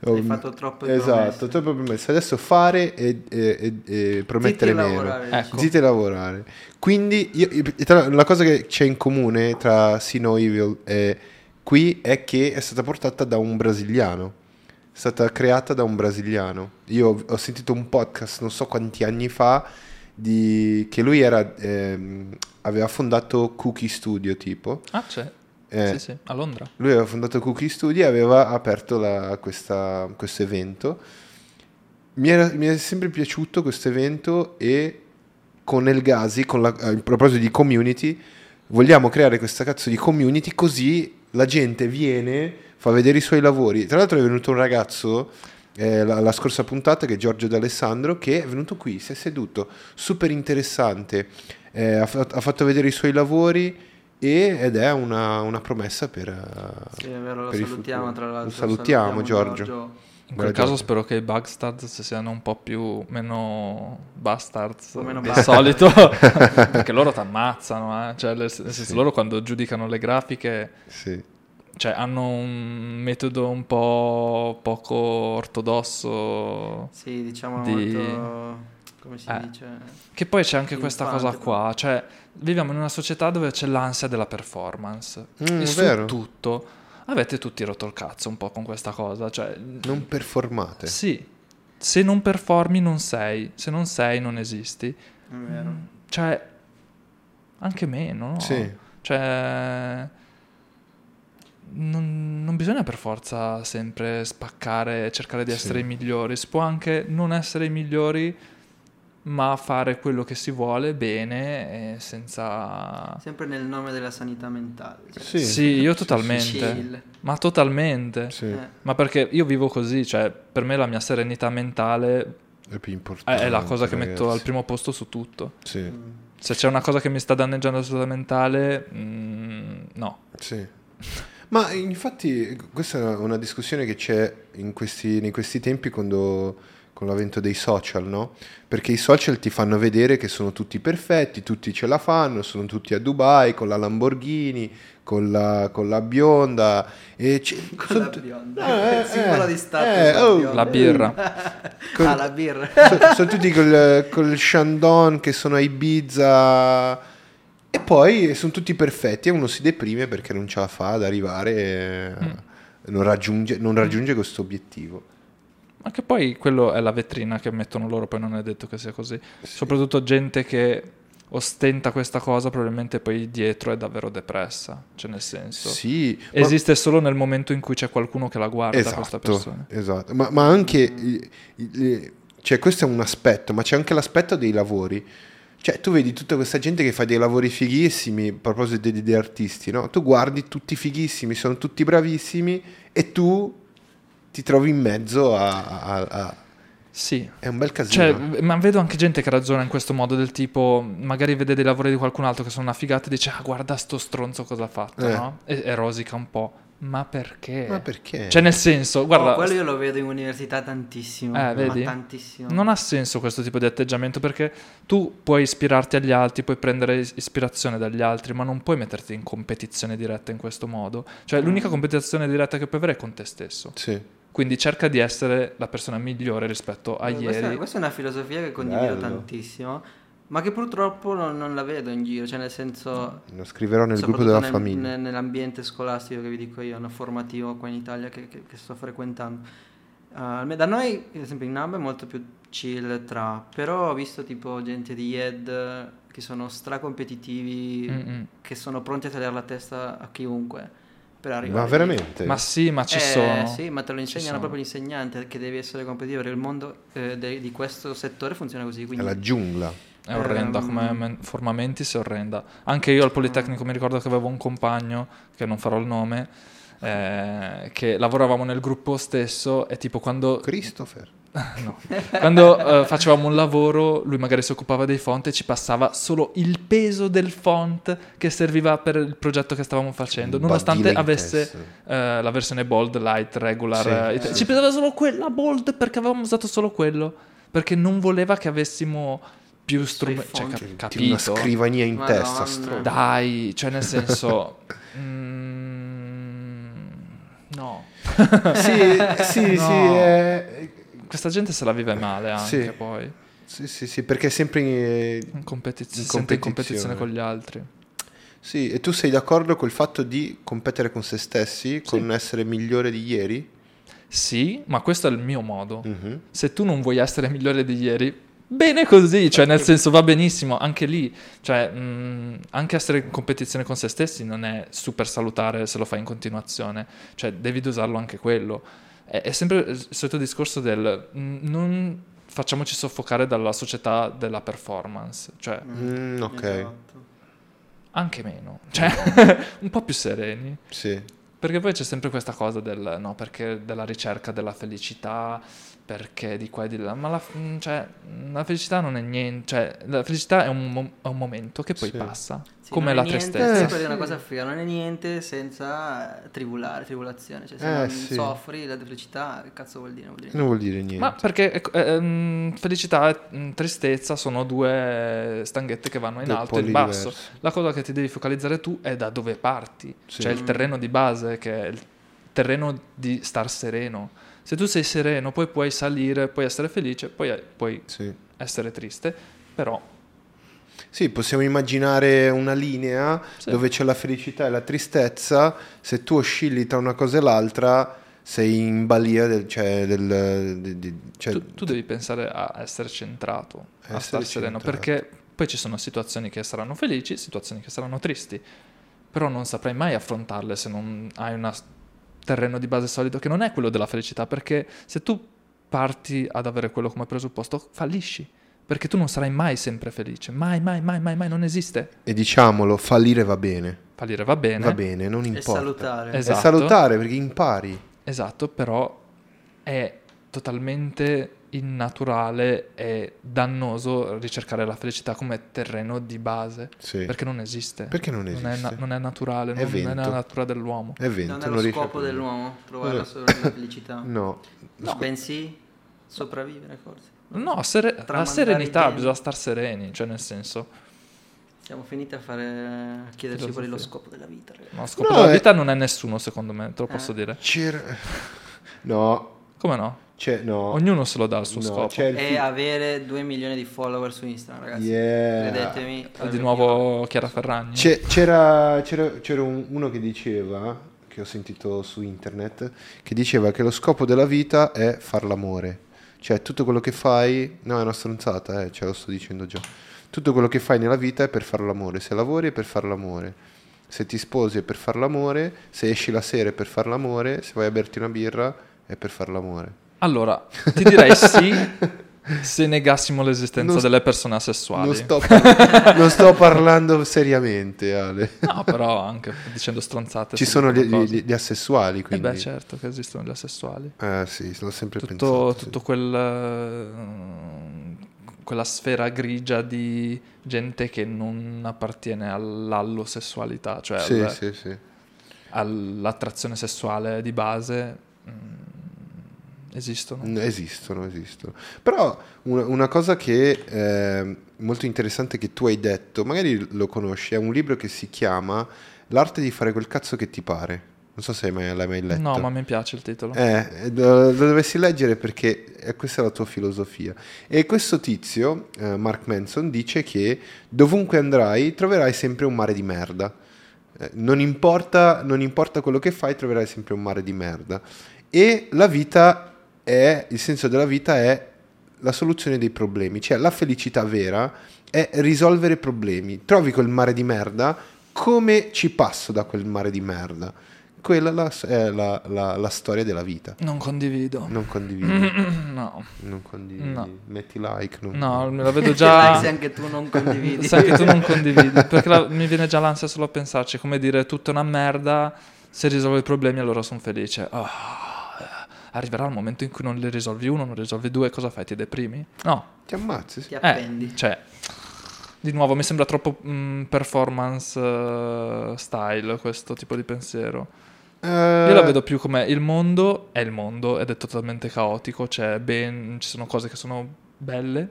B: Hai
A: ho-
B: fatto troppe
A: esatto,
B: promesse.
A: troppe promesse. Adesso fare e, e- e- e promettere
B: Zitti e
A: meno.
B: lavorare,
C: Ecco.
B: dici.
A: Zitti e lavorare. Quindi, io- io- tra- la cosa che c'è in comune tra See No Evil e qui è che è stata portata da un brasiliano. È stata creata da un brasiliano. Io ho sentito un podcast non so quanti anni fa di- che lui era, ehm, aveva fondato Cookie Studio tipo.
C: Ah, c'è.
A: Eh,
C: Sì, sì, a Londra.
A: lui aveva fondato Cookie Studio e aveva aperto la- questa- questo evento. Mi, era- mi è sempre piaciuto questo evento e con El Gazi, con la- eh, a proposito di community, vogliamo creare questa cazzo di community così la gente viene, fa vedere i suoi lavori. Tra l'altro è venuto un ragazzo eh, la, la scorsa puntata che è Giorgio D'Alessandro che è venuto qui, si è seduto, super interessante, Eh, ha, fa- ha fatto vedere i suoi lavori e- ed è una, una promessa per... eh,
B: Sì, è vero, lo
A: per il
B: salutiamo
A: futuro.
B: tra l'altro.
A: Lo salutiamo, Giorgio. Guarda,
C: In quel caso
A: Giorgio.
C: spero che i Bugstads siano un po' più meno bastards
B: O meno
C: del
B: bastards.
C: solito, perché loro ti ammazzano, eh. Cioè, nel sen- nel senso,
A: Sì.
C: loro quando giudicano le grafiche
A: Sì.
C: cioè, hanno un metodo un po' poco ortodosso.
B: Sì, diciamo
C: Di-
B: molto... Come si
C: Eh.
B: dice?
C: Che poi c'è anche questa
B: Infante,
C: cosa qua, cioè viviamo in una società dove c'è l'ansia della performance.
A: Mm,
C: e su
A: vero.
C: tutto avete tutti rotto il cazzo un po' con questa cosa, cioè
A: Non performate.
C: sì, se non performi non sei, se non sei non esisti.
B: È
A: Mm.
B: vero.
C: Cioè anche meno, no?
A: Sì.
C: Cioè non, non bisogna per forza sempre spaccare, cercare di
A: Sì.
C: essere i migliori, si può anche non essere i migliori, ma fare quello che si vuole bene e senza...
B: Sempre nel nome della sanità mentale. cioè,
A: Sì.
C: Sì, io
B: Chill.
C: totalmente. Ma totalmente.
A: Sì,
B: Eh,
C: Ma perché io vivo così, cioè per me la mia serenità mentale
A: è più
C: Eh, è,
A: importante.
C: è la cosa che metto al
A: ragazzi.
C: primo posto su tutto.
A: Sì,
B: mm.
C: Se c'è una cosa che mi sta danneggiando la salute mentale, mm, no.
A: sì. Ma infatti questa è una discussione che c'è in questi, nei questi tempi quando, con l'avvento dei social, no? Perché i social ti fanno vedere che sono tutti perfetti, tutti ce la fanno, sono tutti a Dubai con la Lamborghini, con la, con la bionda. E c-
B: Con
A: son-
B: la bionda.
A: Eh,
B: il simbolo
A: eh,
B: di status.
A: eh,
B: la
A: oh.
B: bionda.
C: La birra.
A: Con-
B: Ah, la birra.
A: So- sono tutti col, col Shandon che sono a Ibiza e poi sono tutti perfetti e uno si deprime perché non ce la fa ad arrivare eh,
C: Mm.
A: non raggiunge, non raggiunge questo obiettivo
C: Ma che poi quello è la vetrina che mettono loro, poi non è detto che sia così. Soprattutto gente che ostenta questa cosa, probabilmente poi dietro è davvero depressa. Cioè, nel senso.
A: sì ma-
C: Esiste solo nel momento in cui c'è qualcuno che la guarda, questa persona.
A: esatto. Ma, ma anche i- i- cioè questo è un aspetto ma c'è anche l'aspetto dei lavori cioè tu vedi tutta questa gente che fa dei lavori fighissimi a proposito di, di artisti no? tu guardi tutti fighissimi sono tutti bravissimi e tu ti trovi in mezzo a, a- a-
C: Sì.
A: è un bel casino
C: Cioè, v- ma vedo anche gente che ragiona in questo modo, del tipo, magari vede dei lavori di qualcun altro che sono una figata e dice, ah, guarda sto stronzo cosa ha fatto,
A: Eh.
C: no? E, e rosica un po'. Ma perché?
A: ma perché
C: Cioè, nel senso,
B: Guarda,
C: guarda,
B: Oh, quello io lo vedo in università tantissimo.
C: Eh, vedi?
B: Ma tantissimo.
C: Non ha senso questo tipo di atteggiamento perché tu puoi ispirarti agli altri, puoi prendere is- ispirazione dagli altri, ma non puoi metterti in competizione diretta in questo modo. Cioè, l'unica competizione diretta che puoi avere è con te stesso.
A: Sì.
C: Quindi cerca di essere la persona migliore rispetto a
B: Eh, Questa,
C: ieri.
B: questa è una filosofia che condivido
A: Bello.
B: tantissimo, ma che purtroppo non, non la vedo in giro, cioè nel senso...
A: lo scriverò nel gruppo
B: soprattutto
A: della
B: nel-
A: famiglia
B: nel- nell'ambiente scolastico che vi dico io, no, formativo qua in Italia che, che- che sto frequentando. Eh, almeno da noi, ad esempio, in NAB è molto più chill tra, però ho visto tipo gente di IED che sono stracompetitivi,
C: Mm-mm.
B: che sono pronti a tagliare la testa a chiunque per arrivare.
A: ma
B: lì.
A: veramente
C: Ma sì, ma ci
B: Eh,
C: sono.
B: Sì, ma te lo
C: Ci
B: insegnano
C: sono.
B: proprio l'insegnante che devi essere competitivo perché il mondo eh, de- di questo settore funziona così.
A: è
B: Quindi
A: la giungla
C: È orrenda,
B: Ehm.
C: come men- formamenti si orrenda. Anche io al Politecnico mi ricordo che avevo un compagno, che non farò il nome, eh, che lavoravamo nel gruppo stesso e tipo quando
A: Christopher
C: No. Quando eh, facevamo un lavoro, lui magari si occupava dei font e ci passava solo il peso del font che serviva per il progetto che stavamo facendo, nonostante
A: Badile Mm, in
C: avesse
A: testa.
C: eh, la versione bold, light,
A: Sì.
C: regular. eh,
A: Eh.
C: Ci pesava solo quella bold perché avevamo usato solo quello, perché non voleva che avessimo più strumenti. Cioè,
B: font.
C: cap-
A: Che tiene una
C: capito?
A: scrivania in
B: Madonna.
A: testa stronzo.
C: Dai, cioè nel senso... mm, no.
A: sì, sì,
C: No.
A: sì, eh,
C: Questa gente se la vive male anche
A: Sì.
C: poi.
A: sì, sì, sì, perché è sempre eh,
C: In competiz-
A: In
C: si sente in
A: competizione.
C: competizione con gli altri.
A: Sì, e tu sei d'accordo col fatto di competere con se stessi, con essere migliore di ieri?
C: Sì, ma questo è il mio modo.
A: Mhm.
C: Se tu non vuoi essere migliore di ieri, bene così, cioè nel senso va benissimo, anche lì, cioè mh, anche essere in competizione con se stessi non è super salutare se lo fai in continuazione, cioè devi dosarlo anche quello. È, è sempre il solito discorso del mh, non facciamoci soffocare dalla società della performance, cioè
A: Mm, ok.
B: Esatto.
C: anche meno, cioè un po' più sereni.
A: Sì.
C: Perché poi c'è sempre questa cosa del no, perché della ricerca della felicità, perché di qua e di là, ma la, mm, cioè, la felicità non è niente, cioè, la felicità è un, mo- è un momento che poi
A: Sì.
C: passa,
B: Sì,
C: come
B: non
C: la
B: è niente,
C: tristezza.
B: sì, quella è una
A: Eh, Sì.
B: cosa figa, non è niente senza eh, tribulare, tribulazione. Cioè, se
A: Eh,
B: non
A: sì.
B: soffri la felicità, che cazzo vuol dire? Vuol dire
A: Non vuol dire Eh, niente.
C: Ma perché ecco, ehm, felicità e mm, tristezza sono due stanghette che vanno in
A: Due
C: alto e
A: poli
C: in basso.
A: diversi.
C: La cosa che ti devi focalizzare tu è da dove parti,
A: Sì.
C: cioè il terreno di base, che è il terreno di star sereno. Se tu sei sereno, poi puoi salire, puoi essere felice, poi eh, puoi
A: Sì.
C: essere triste, però
A: Sì, possiamo immaginare una linea
C: Sì.
A: dove c'è la felicità e la tristezza, se tu oscilli tra una cosa e l'altra sei in balia del... Cioè, del di- di- cioè-
C: tu, tu devi pensare a essere centrato, a
A: Essere
C: star sereno,
A: centrato.
C: perché poi ci sono situazioni che saranno felici, situazioni che saranno tristi, però non saprai mai affrontarle se non hai un terreno di base solido che non è quello della felicità, perché se tu parti ad avere quello come presupposto, fallisci, perché tu non sarai mai sempre felice, mai, mai, mai, mai, mai, non esiste.
A: E diciamolo, fallire va bene.
C: Fallire va bene,
A: Va bene, non
B: E
A: importa.
B: salutare.
A: E
C: Esatto.
A: salutare perché impari.
C: Esatto, però è totalmente innaturale e dannoso ricercare la felicità come terreno di base,
A: Sì.
C: perché non esiste.
A: Perché non
C: Non è, na-
A: esiste?
C: non è naturale,
A: È
C: non è
A: vento.
C: nella natura dell'uomo.
A: È vento,
B: non è
A: non
B: lo
A: riesce a
B: scopo
A: capire.
B: dell'uomo trovare
A: Eh.
B: la solo la felicità.
A: No.
B: No, bensì sopravvivere, forse.
C: No, sere- la
B: Tramandare
C: serenità,
B: idee.
C: bisogna star sereni, cioè nel senso,
B: Siamo finiti a fare a chiederci qual è lo
C: Filosofia.
B: scopo della vita. ragazzi.
C: lo scopo
A: No,
C: della
A: è-
C: vita non è nessuno secondo me, te lo posso
B: Eh.
C: dire.
A: C'era- No,
C: Come no?
A: c'è... No.
C: Ognuno se lo dà il suo
A: No,
C: scopo.
A: c'è il
B: E
A: fi-
B: avere 2 milioni di follower su Instagram, ragazzi.
A: Yeah.
B: Credetemi.
C: Di nuovo Chiara Ferragni.
A: C'è- c'era c'era- c'era un- uno che diceva, che ho sentito su internet, che diceva che lo scopo della vita è far l'amore. Cioè tutto quello che fai, no è una stronzata, eh, ce lo sto dicendo già. Tutto quello che fai nella vita è per far l'amore. Se lavori è per far l'amore. Se ti sposi è per far l'amore. Se esci la sera è per far l'amore. Se vai a berti una birra è per far l'amore.
C: Allora, ti direi sì se negassimo l'esistenza
A: Non s-
C: delle persone asessuali.
A: Non sto, par- non sto parlando seriamente, Ale.
C: No, però anche dicendo stronzate.
A: Ci
C: se
A: sono gli,
C: dicono cose.
A: gli- gli asessuali,
C: Eh
A: quindi...
C: beh, certo che esistono gli asessuali.
A: Eh sì, l'ho sempre
C: Tutto,
A: pensato. sì.
C: tutto quel, eh, quella sfera grigia di gente che non appartiene all'allosessualità, cioè
A: Sì,
C: al-
A: sì, sì.
C: all'attrazione sessuale di base, mm, esistono.
A: Mm, Esistono, esistono. Però una, una cosa che eh, molto interessante che tu hai detto, magari lo conosci, è un libro che si chiama L'arte di fare quel cazzo che ti pare. Non so se hai mai- l'hai mai letto.
C: No, ma mi piace il titolo.
A: Eh, lo, lo dovessi leggere perché eh, questa è la tua filosofia. E questo tizio, eh, Mark Manson, dice che dovunque andrai troverai sempre un mare di merda. Eh, non, importa, non importa quello che fai, troverai sempre un mare di merda. E la vita è, il senso della vita è la soluzione dei problemi, cioè la felicità vera è risolvere problemi. Trovi quel mare di merda, come ci passo da quel mare di merda? Quella la- è la, la- la storia della vita.
C: Non condivido.
A: Non condividi,
C: no.
A: non condividi,
C: No.
A: metti like. Non...
C: No, me la vedo
B: Già.
C: già.
B: Se anche tu non condividi.
C: Sai che tu non condividi, perché la- mi viene già l'ansia solo a pensarci, come dire tutta una merda, se risolvo i problemi allora sono felice. Ah, eh, arriverà il momento in cui non li risolvi uno, non risolvi due, cosa fai? Ti deprimi? No,
A: Ti ammazzi. sì.
B: Ti
C: Eh,
B: appendi.
C: cioè, di nuovo mi sembra troppo mm, performance eh, style questo tipo di pensiero. Io
A: Eh.
C: la vedo più come il mondo è il mondo ed è totalmente caotico, cioè ben- ci sono cose che sono belle,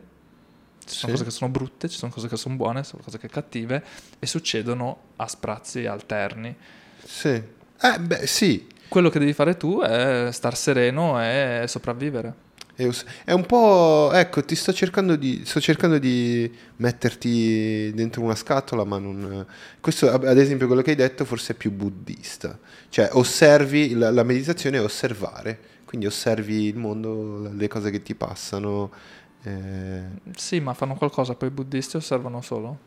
C: ci sono
A: Sì.
C: cose che sono brutte, ci sono cose che sono buone, ci sono cose che sono cattive e succedono a sprazzi alterni.
A: Sì. Eh, beh, sì.
C: Quello che devi fare tu è star sereno e sopravvivere.
A: Eus- È un po'. Ecco, ti sto cercando di. Sto cercando di metterti dentro una scatola, ma non. Questo, ab- ad esempio, quello che hai detto forse è più buddista. Cioè, osservi la, la meditazione è osservare. Quindi osservi il mondo, le cose che ti passano. eh.
C: Sì, ma fanno qualcosa, poi i buddisti osservano solo.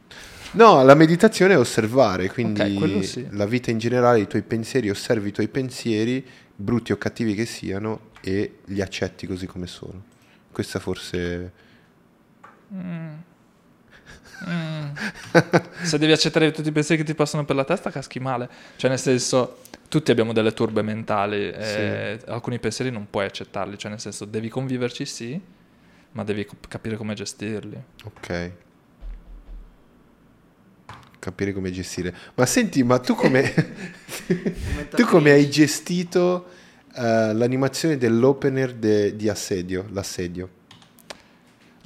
A: No, la meditazione è osservare, quindi
C: Ok, quello sì.
A: la vita in generale, i tuoi pensieri, osservi i tuoi pensieri, brutti o cattivi che siano, e li accetti così come sono. Questa forse...
C: Mm. Mm. Se devi accettare tutti i pensieri che ti passano per la testa, caschi male. Cioè, nel senso, tutti abbiamo delle turbe mentali. e Alcuni pensieri non puoi accettarli. Cioè, nel senso, devi conviverci, sì, ma devi cap- capire come gestirli.
A: Ok. Capire come gestire. Ma senti, ma tu come, tu come hai gestito eh, l'animazione dell'opener de- di assedio, l'assedio?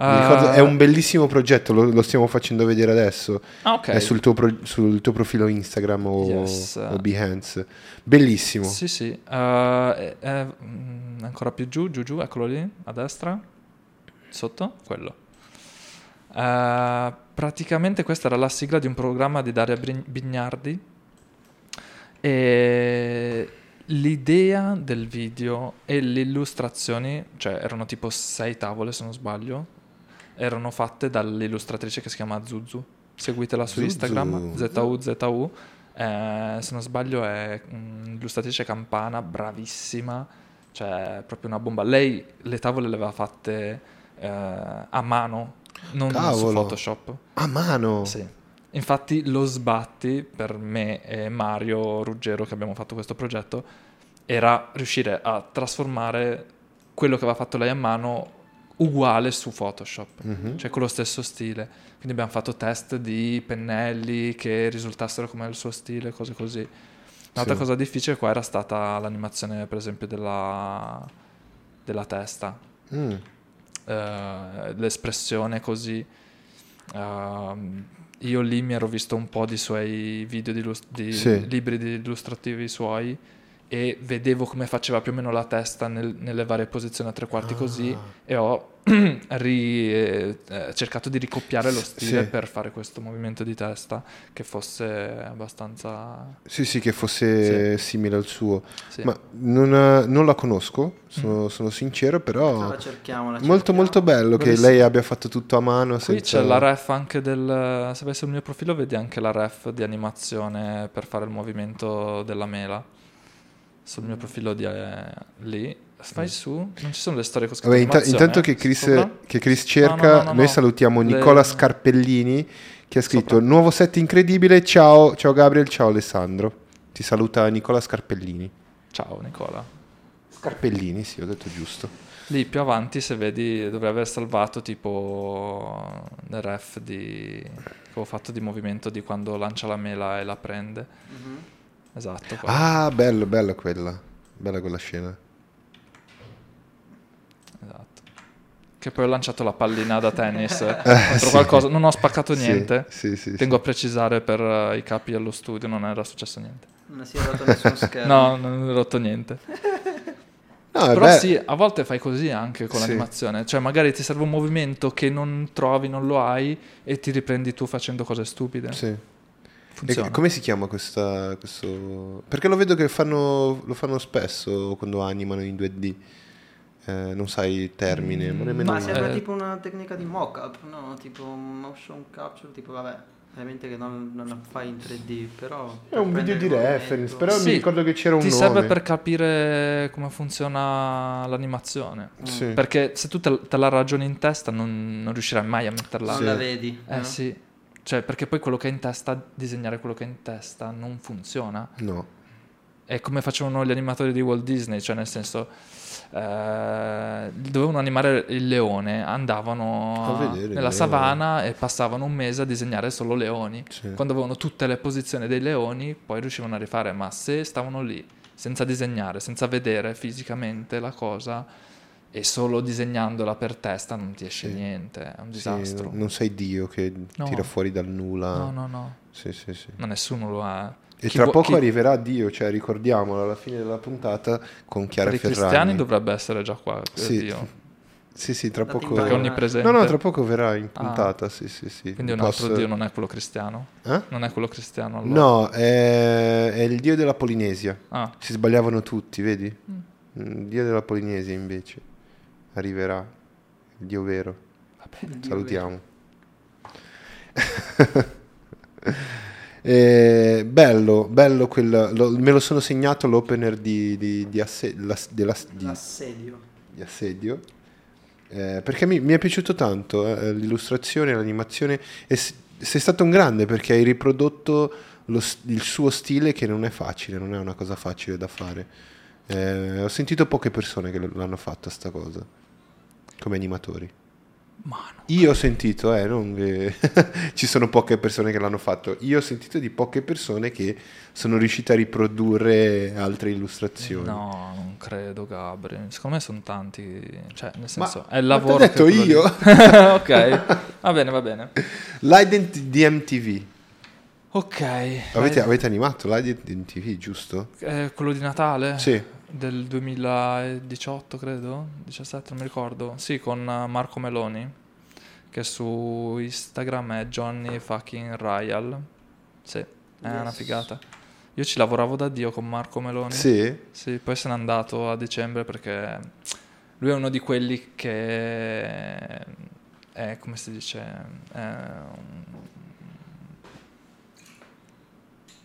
A: Mi ricordo-
C: Ah,
A: è un bellissimo progetto, lo, lo stiamo facendo vedere adesso.
C: ah, ok.
A: È sul tuo, pro- sul tuo profilo Instagram o,
C: Yes.
A: o Behance. Bellissimo.
C: Sì, sì. Ah, è- è, mm, ancora più giù, giù, giù, eccolo lì, a destra, sotto, quello. Ah, praticamente questa era la sigla di un programma di Daria Brin- Bignardi e l'idea del video e le illustrazioni, cioè erano tipo sei tavole se non sbaglio, erano fatte dall'illustratrice che si chiama Zuzu. Seguitela su
A: Zuzu.
C: Instagram, ZUZU. Eh, se non sbaglio è mm, illustratrice campana, bravissima, cioè proprio una bomba. Lei le tavole le aveva fatte eh, a mano, non su
A: Cavolo. Oh.
C: Photoshop.
A: A mano.
C: Sì. Infatti lo sbatti per me e Mario Ruggero che abbiamo fatto questo progetto era riuscire a trasformare quello che aveva fatto lei a mano uguale su Photoshop,
A: Mhm.
C: cioè con lo stesso stile. Quindi abbiamo fatto test di pennelli che risultassero come il suo stile, cose così. Un'altra
A: Sì.
C: cosa difficile qua era stata l'animazione per esempio della, della testa,
A: Mm.
C: eh, l'espressione così. Ehm, io lì mi ero visto un po' di suoi video, di, illus- di
A: Sì.
C: libri di illustrativi suoi e vedevo come faceva più o meno la testa nel- nelle varie posizioni a tre quarti
A: Ah.
C: così e ho ri- eh, eh, cercato di ricoppiare lo
A: S-
C: stile
A: sì.
C: per fare questo movimento di testa che fosse abbastanza...
A: Sì, sì, che fosse simile al suo.
C: sì. Mm.
A: Ma non, eh, non la conosco, sono, sono sincero,
C: Ah,
A: però...
B: La cerchiamo, la
A: Oh. Molto
B: cerchiamo.
A: molto bello
C: Bellissimo.
A: che lei abbia fatto tutto a mano
C: Qui
A: senza...
C: c'è la ref anche del... Se vai sul mio profilo vedi anche la ref di animazione per fare il movimento della mela. Sul mio profilo di... eh, lì. Fai su. Non ci sono le storie con scritto
A: Mm. Vabbè, int-
C: animazione,
A: intanto
C: eh,
A: che Chris,
C: sopra?
A: che Chris cerca,
C: No, no, no, no,
A: noi
C: no.
A: salutiamo
C: Le-
A: Nicola Scarpellini che ha scritto
C: Sopra.
A: nuovo set incredibile, ciao, ciao Gabriel, ciao Alessandro. Ti saluta Nicola Scarpellini.
C: Ciao Nicola.
A: Scarpellini, sì, ho detto giusto.
C: Lì più avanti se vedi dovrei aver salvato tipo le ref di... che ho fatto di movimento di quando lancia la mela e la prende.
B: Mhm.
C: Esatto. qua.
A: Ah, bello, bella quella. Bella quella scena.
C: Esatto. Che poi ho lanciato la pallina da tennis contro qualcosa, non ho spaccato
A: Eh, Sì,
C: niente.
A: Sì, sì, sì.
C: Tengo a precisare per eh, i capi allo studio, non era successo niente.
B: Non si è rotto nessuno schermo.
C: No, non ho rotto niente.
A: No,
C: Però
A: Eh, beh,
C: sì, eh. a volte fai così anche con
A: Sì.
C: l'animazione. Cioè, magari ti serve un movimento che non trovi, non lo hai e ti riprendi tu facendo cose stupide.
A: sì. E
C: Funziona.
A: come si chiama questa, questo... Perché lo vedo che fanno, lo fanno spesso quando animano in 2D. Eh, non sai il termine, ma nemmeno...
B: Ma sembra
C: Eh.
B: tipo una tecnica di mock-up, no? Tipo motion capture, tipo vabbè, ovviamente che non, non la fai in 3D, però...
A: È un video di reference, però
C: Sì,
A: mi ricordo che c'era un
C: ti
A: nome.
C: serve per capire come funziona l'animazione.
A: Sì.
C: Perché se tu te, te la ragioni in testa non, non riuscirai mai a metterla
B: Non
A: Sì.
B: la vedi.
C: Eh sì, cioè perché poi quello che hai in testa, disegnare quello che hai in testa non funziona.
A: No.
C: È come facevano gli animatori di Walt Disney, cioè nel senso eh, dovevano animare il leone, andavano
A: A
C: a-
A: vedere eh. il
C: nella
A: leone.
C: savana e passavano un mese a disegnare solo leoni.
A: Sì.
C: Quando avevano tutte le posizioni dei leoni, poi riuscivano a rifare, ma se stavano lì senza disegnare, senza vedere fisicamente la cosa e solo disegnandola per testa non ti esce
A: Sì.
C: niente, è un
A: Sì,
C: disastro.
A: no- non sei Dio che
C: No.
A: tira fuori dal nulla.
C: No, no, no.
A: Sì, sì, sì.
C: Ma nessuno lo ha.
A: E
C: Chi
A: tra
C: vuo-
A: poco
C: chi-
A: arriverà Dio, cioè ricordiamolo alla fine della puntata con Chiara
C: Per i
A: Ferragni.
C: cristiani dovrebbe essere già qua. eh,
A: Sì.
C: Dio.
A: Sì, sì, tra
B: Andate in
A: poco...
C: Perché è
B: Allora-
C: onnipresente.
A: No, no, tra poco verrà in puntata, sì, sì, sì.
C: Quindi un
A: Vi
C: altro
A: posso-
C: dio non è quello cristiano.
A: Eh?
C: Non è quello cristiano allora.
A: No, è... è il dio della Polinesia.
C: Ah,
A: Si sbagliavano tutti, vedi?
C: Mm.
A: Il dio della Polinesia invece arriverà, il dio vero. Salutiamo. Eh, bello, bello quel, lo- me lo sono segnato l'opener di, di- di asse- la- della- di-
B: L'assedio.
A: di assedio. eh, perché mi, mi è piaciuto tanto eh, l'illustrazione, l'animazione. E s- sei stato un grande perché hai riprodotto lo s- il suo stile che non è facile, non è una cosa facile da fare. Eh, ho sentito poche persone che l- l'hanno fatta sta cosa, come animatori.
C: ma no.
A: Io ho sentito, eh, non che- ci sono poche persone che l'hanno fatto, io ho sentito di poche persone che sono riuscite a riprodurre altre illustrazioni.
C: No, non credo, Gabri. Secondo me sono tanti. Cioè, nel
A: Ma-
C: senso, è il
A: ma t'ho
C: lavoro. che
A: detto
C: è quello
A: io.
C: lì. ok, va bene, va bene.
A: L'ident di MTV,
C: Ok.
A: Avete,
C: Eh,
A: avete animato l'Ident in TV, giusto?
C: eh, quello di Natale?
A: Sì.
C: Del 2018, credo. 17, non mi ricordo. Sì, con eh, Marco Meloni. Che su Instagram è Johnny fucking Ryal. Sì, è una
B: Yes.
C: figata. Io ci lavoravo da Dio con Marco Meloni.
A: Sì?
C: Sì, poi se n'è andato a dicembre perché lui è uno di quelli che è, come si dice, è un-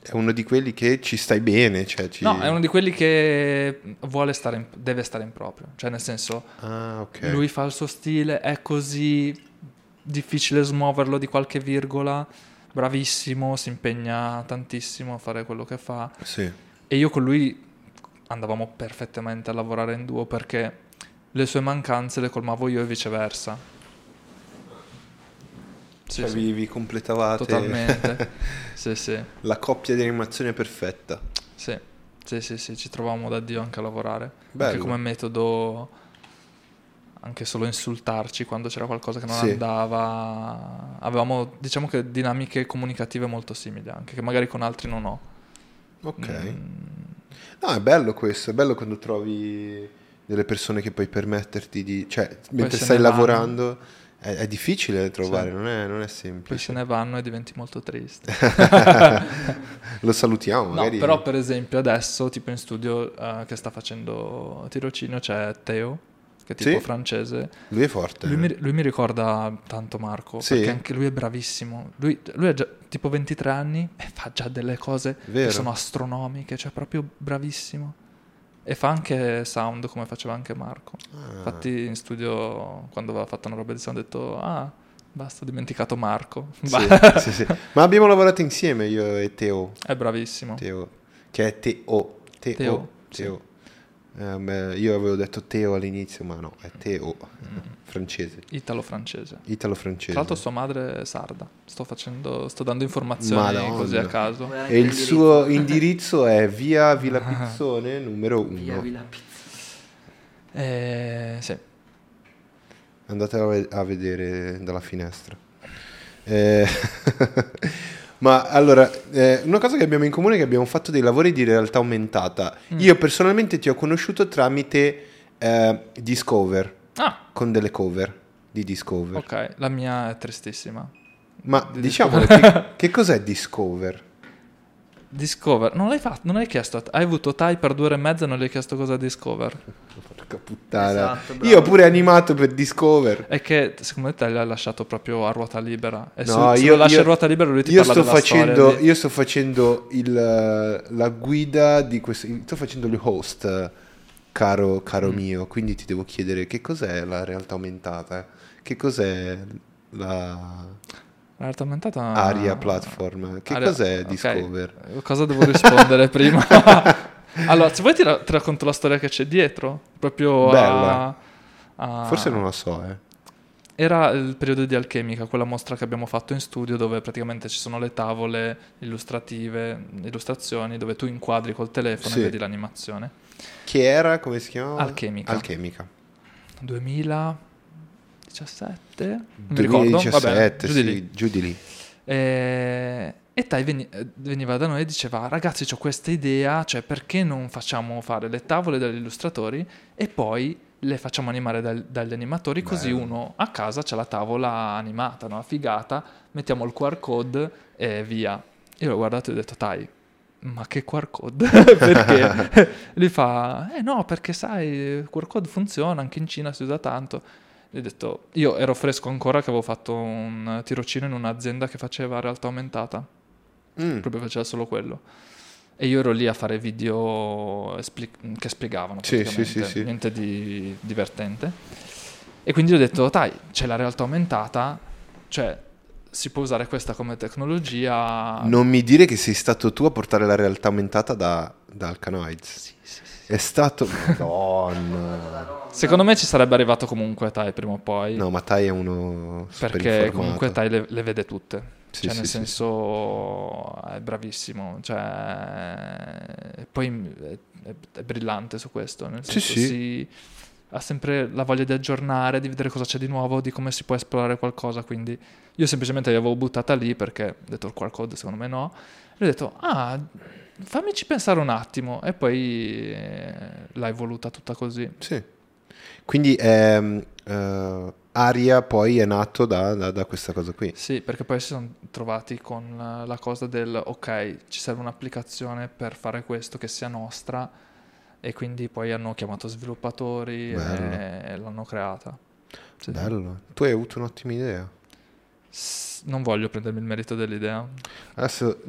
A: È uno di quelli che ci stai bene, cioè ci...
C: no, è uno di quelli che vuole stare in- deve stare in proprio, cioè nel senso
A: Ah, ok.
C: lui fa il suo stile, è così difficile smuoverlo di qualche virgola, bravissimo, si impegna tantissimo a fare quello che fa.
A: Sì.
C: E io con lui andavamo perfettamente a lavorare in duo perché le sue mancanze le colmavo io e viceversa. Sì,
A: Cioè,
C: sì,
A: Vi, vi completavate
C: totalmente. sì, sì,
A: la coppia di animazione perfetta.
C: sì, sì, sì, sì, ci trovavamo da Dio anche a lavorare. Anche
A: Bello.
C: come metodo, anche solo insultarci quando c'era qualcosa che non
A: Sì.
C: andava. Avevamo, diciamo che, dinamiche comunicative molto simili anche, che magari con altri non ho.
A: Ok.
C: Mm,
A: No, è bello questo, è bello quando trovi delle persone che puoi permetterti di... Cioè, mentre
C: se
A: stai
C: ne vanno.
A: lavorando è, è difficile trovare, non, è, non è
C: poi
A: semplice.
C: se ne vanno e diventi molto triste.
A: Lo salutiamo,
C: No,
A: Eh, magari.
C: però per esempio adesso, tipo in studio eh, che sta facendo tirocinio, c'è Teo, che è tipo
A: Sì.
C: francese.
A: Lui è forte.
C: Lui
A: eh.
C: mi, lui mi ricorda tanto Marco,
A: Sì?
C: perché anche lui è bravissimo. Lui, lui ha già tipo 23 anni e fa già delle cose
A: Vero.
C: che sono astronomiche, cioè proprio bravissimo. E fa anche sound come faceva anche Marco.
A: Ah,
C: Infatti in studio quando aveva fatto una roba di sound ho detto, ah, basta, ho dimenticato Marco.
A: sì, sì, sì. Ma abbiamo lavorato insieme io e Teo.
C: È bravissimo.
A: Teo, che è Teo. Teo.
C: Teo,
A: Teo. Ehm, eh, io avevo detto Teo all'inizio, ma no, è Teo, francese,
C: Italo-francese. Mm. Tra l'altro
A: italo-francese.
C: sua madre è sarda. Sto facendo, sto dando informazioni
A: Madonna.
C: così a caso.
B: Guarda
A: E il
B: indirizzo.
A: suo indirizzo è via Villa Pizzone numero
B: Via
A: 1.
B: Villa Pizza.
C: Eh, sì.
A: Andate a ve- a vedere dalla finestra. Eh, ma allora, eh, una cosa che abbiamo in comune è che abbiamo fatto dei lavori di realtà aumentata. Io personalmente ti ho conosciuto tramite eh, Discover,
C: Ah,
A: con delle cover di Discover.
C: ok. La mia è tristissima.
A: Ma
C: Di
A: diciamolo, che, che cos'è Discover?
C: Discover. Non l'hai fatto, non l'hai chiesto. a- Hai avuto Tai per due ore e mezza e non gli hai chiesto cosa è Discover.
A: Porca puttana.
B: Esatto, bravo.
A: Io ho pure animato per Discover.
C: È che secondo te l'hai lasciato proprio a ruota libera. E
A: No,
C: se, se
A: io-
C: lo lasci
A: io-
C: a ruota libera lui ti
A: Io
C: parla
A: sto,
C: della storia
A: facendo,
C: di-
A: io sto facendo il, eh, la guida di questo. Sto facendo il host, eh, caro, caro
C: Mm.
A: mio. Quindi ti devo chiedere che cos'è la realtà aumentata? Che cos'è la
C: La realtà aumentata...
A: Aria Platform? Che
C: Ah. Aria-
A: cos'è
C: ok.
A: Discover?
C: Eh, Cosa devo rispondere prima? allora, se vuoi ti, ra- ti racconto la storia che c'è dietro. Proprio a-
A: Bella.
C: a-
A: Forse non la so, eh.
C: Era il periodo di Alchemica, quella mostra che abbiamo fatto in studio dove praticamente ci sono le tavole illustrative, illustrazioni, dove tu inquadri col telefono
A: Sì.
C: e vedi l'animazione.
A: Che era, come si chiamava?
C: Alchemica.
A: Alchemica.
C: 2017? Non mi ricordo, vabbè,
A: 2017,
C: giù di lì.
A: sì, giù di lì.
C: Eh, E Tai veni- eh, veniva da noi e diceva: Ragazzi, ho questa idea, cioè perché non facciamo fare le tavole dagli illustratori e poi le facciamo animare dal- dagli animatori, così
A: Bello.
C: uno a casa c'ha la tavola animata, no? figata, mettiamo il QR code e via. Io l'ho guardato e ho detto, dai, ma che QR code? perché? Lui fa, eh no, perché sai, il QR code funziona, anche in Cina si usa tanto. Gli ho detto, io ero fresco ancora che avevo fatto un tirocino in un'azienda che faceva realtà aumentata
A: Mm.
C: proprio faceva solo quello. E io ero lì a fare video espli- che spiegavano,
A: Sì, sì,
C: praticamente,
A: sì, sì.
C: niente di divertente. E quindi ho detto, dai, c'è la realtà aumentata, cioè si può usare questa come tecnologia.
A: Non mi dire che sei stato tu a portare la realtà aumentata da, da Alcanoids.
C: Sì, sì, sì.
A: È stato... Madonna.
C: Secondo me ci sarebbe arrivato comunque Tai prima o poi,
A: No, ma Tai è uno super
C: perché
A: informato.
C: comunque Tai le, le vede tutte.
A: Sì,
C: Cioè,
A: sì, sì,
C: nel senso, è bravissimo. Cioè, e poi mm, è, è- è brillante su questo. Nel
A: Sì,
C: senso,
A: sì.
C: si- ha sempre la voglia di aggiornare, di vedere cosa c'è di nuovo, di come si può esplorare qualcosa. Quindi, io semplicemente l'avevo buttata lì perché ho detto il QR code, secondo me no. E ho detto, ah, fammici pensare un attimo. E poi eh, l'hai voluta tutta così.
A: Sì. Quindi ehm, eh, Aria poi è nato da, da- da questa cosa qui.
C: Sì, perché poi si sono trovati con eh, la cosa del ok, ci serve un'applicazione per fare questo che sia nostra e quindi poi hanno chiamato sviluppatori
A: Bello.
C: e l'hanno creata. Sì.
A: Bello. Tu hai avuto un'ottima idea.
C: S- non voglio prendermi il merito dell'idea.
A: Adesso,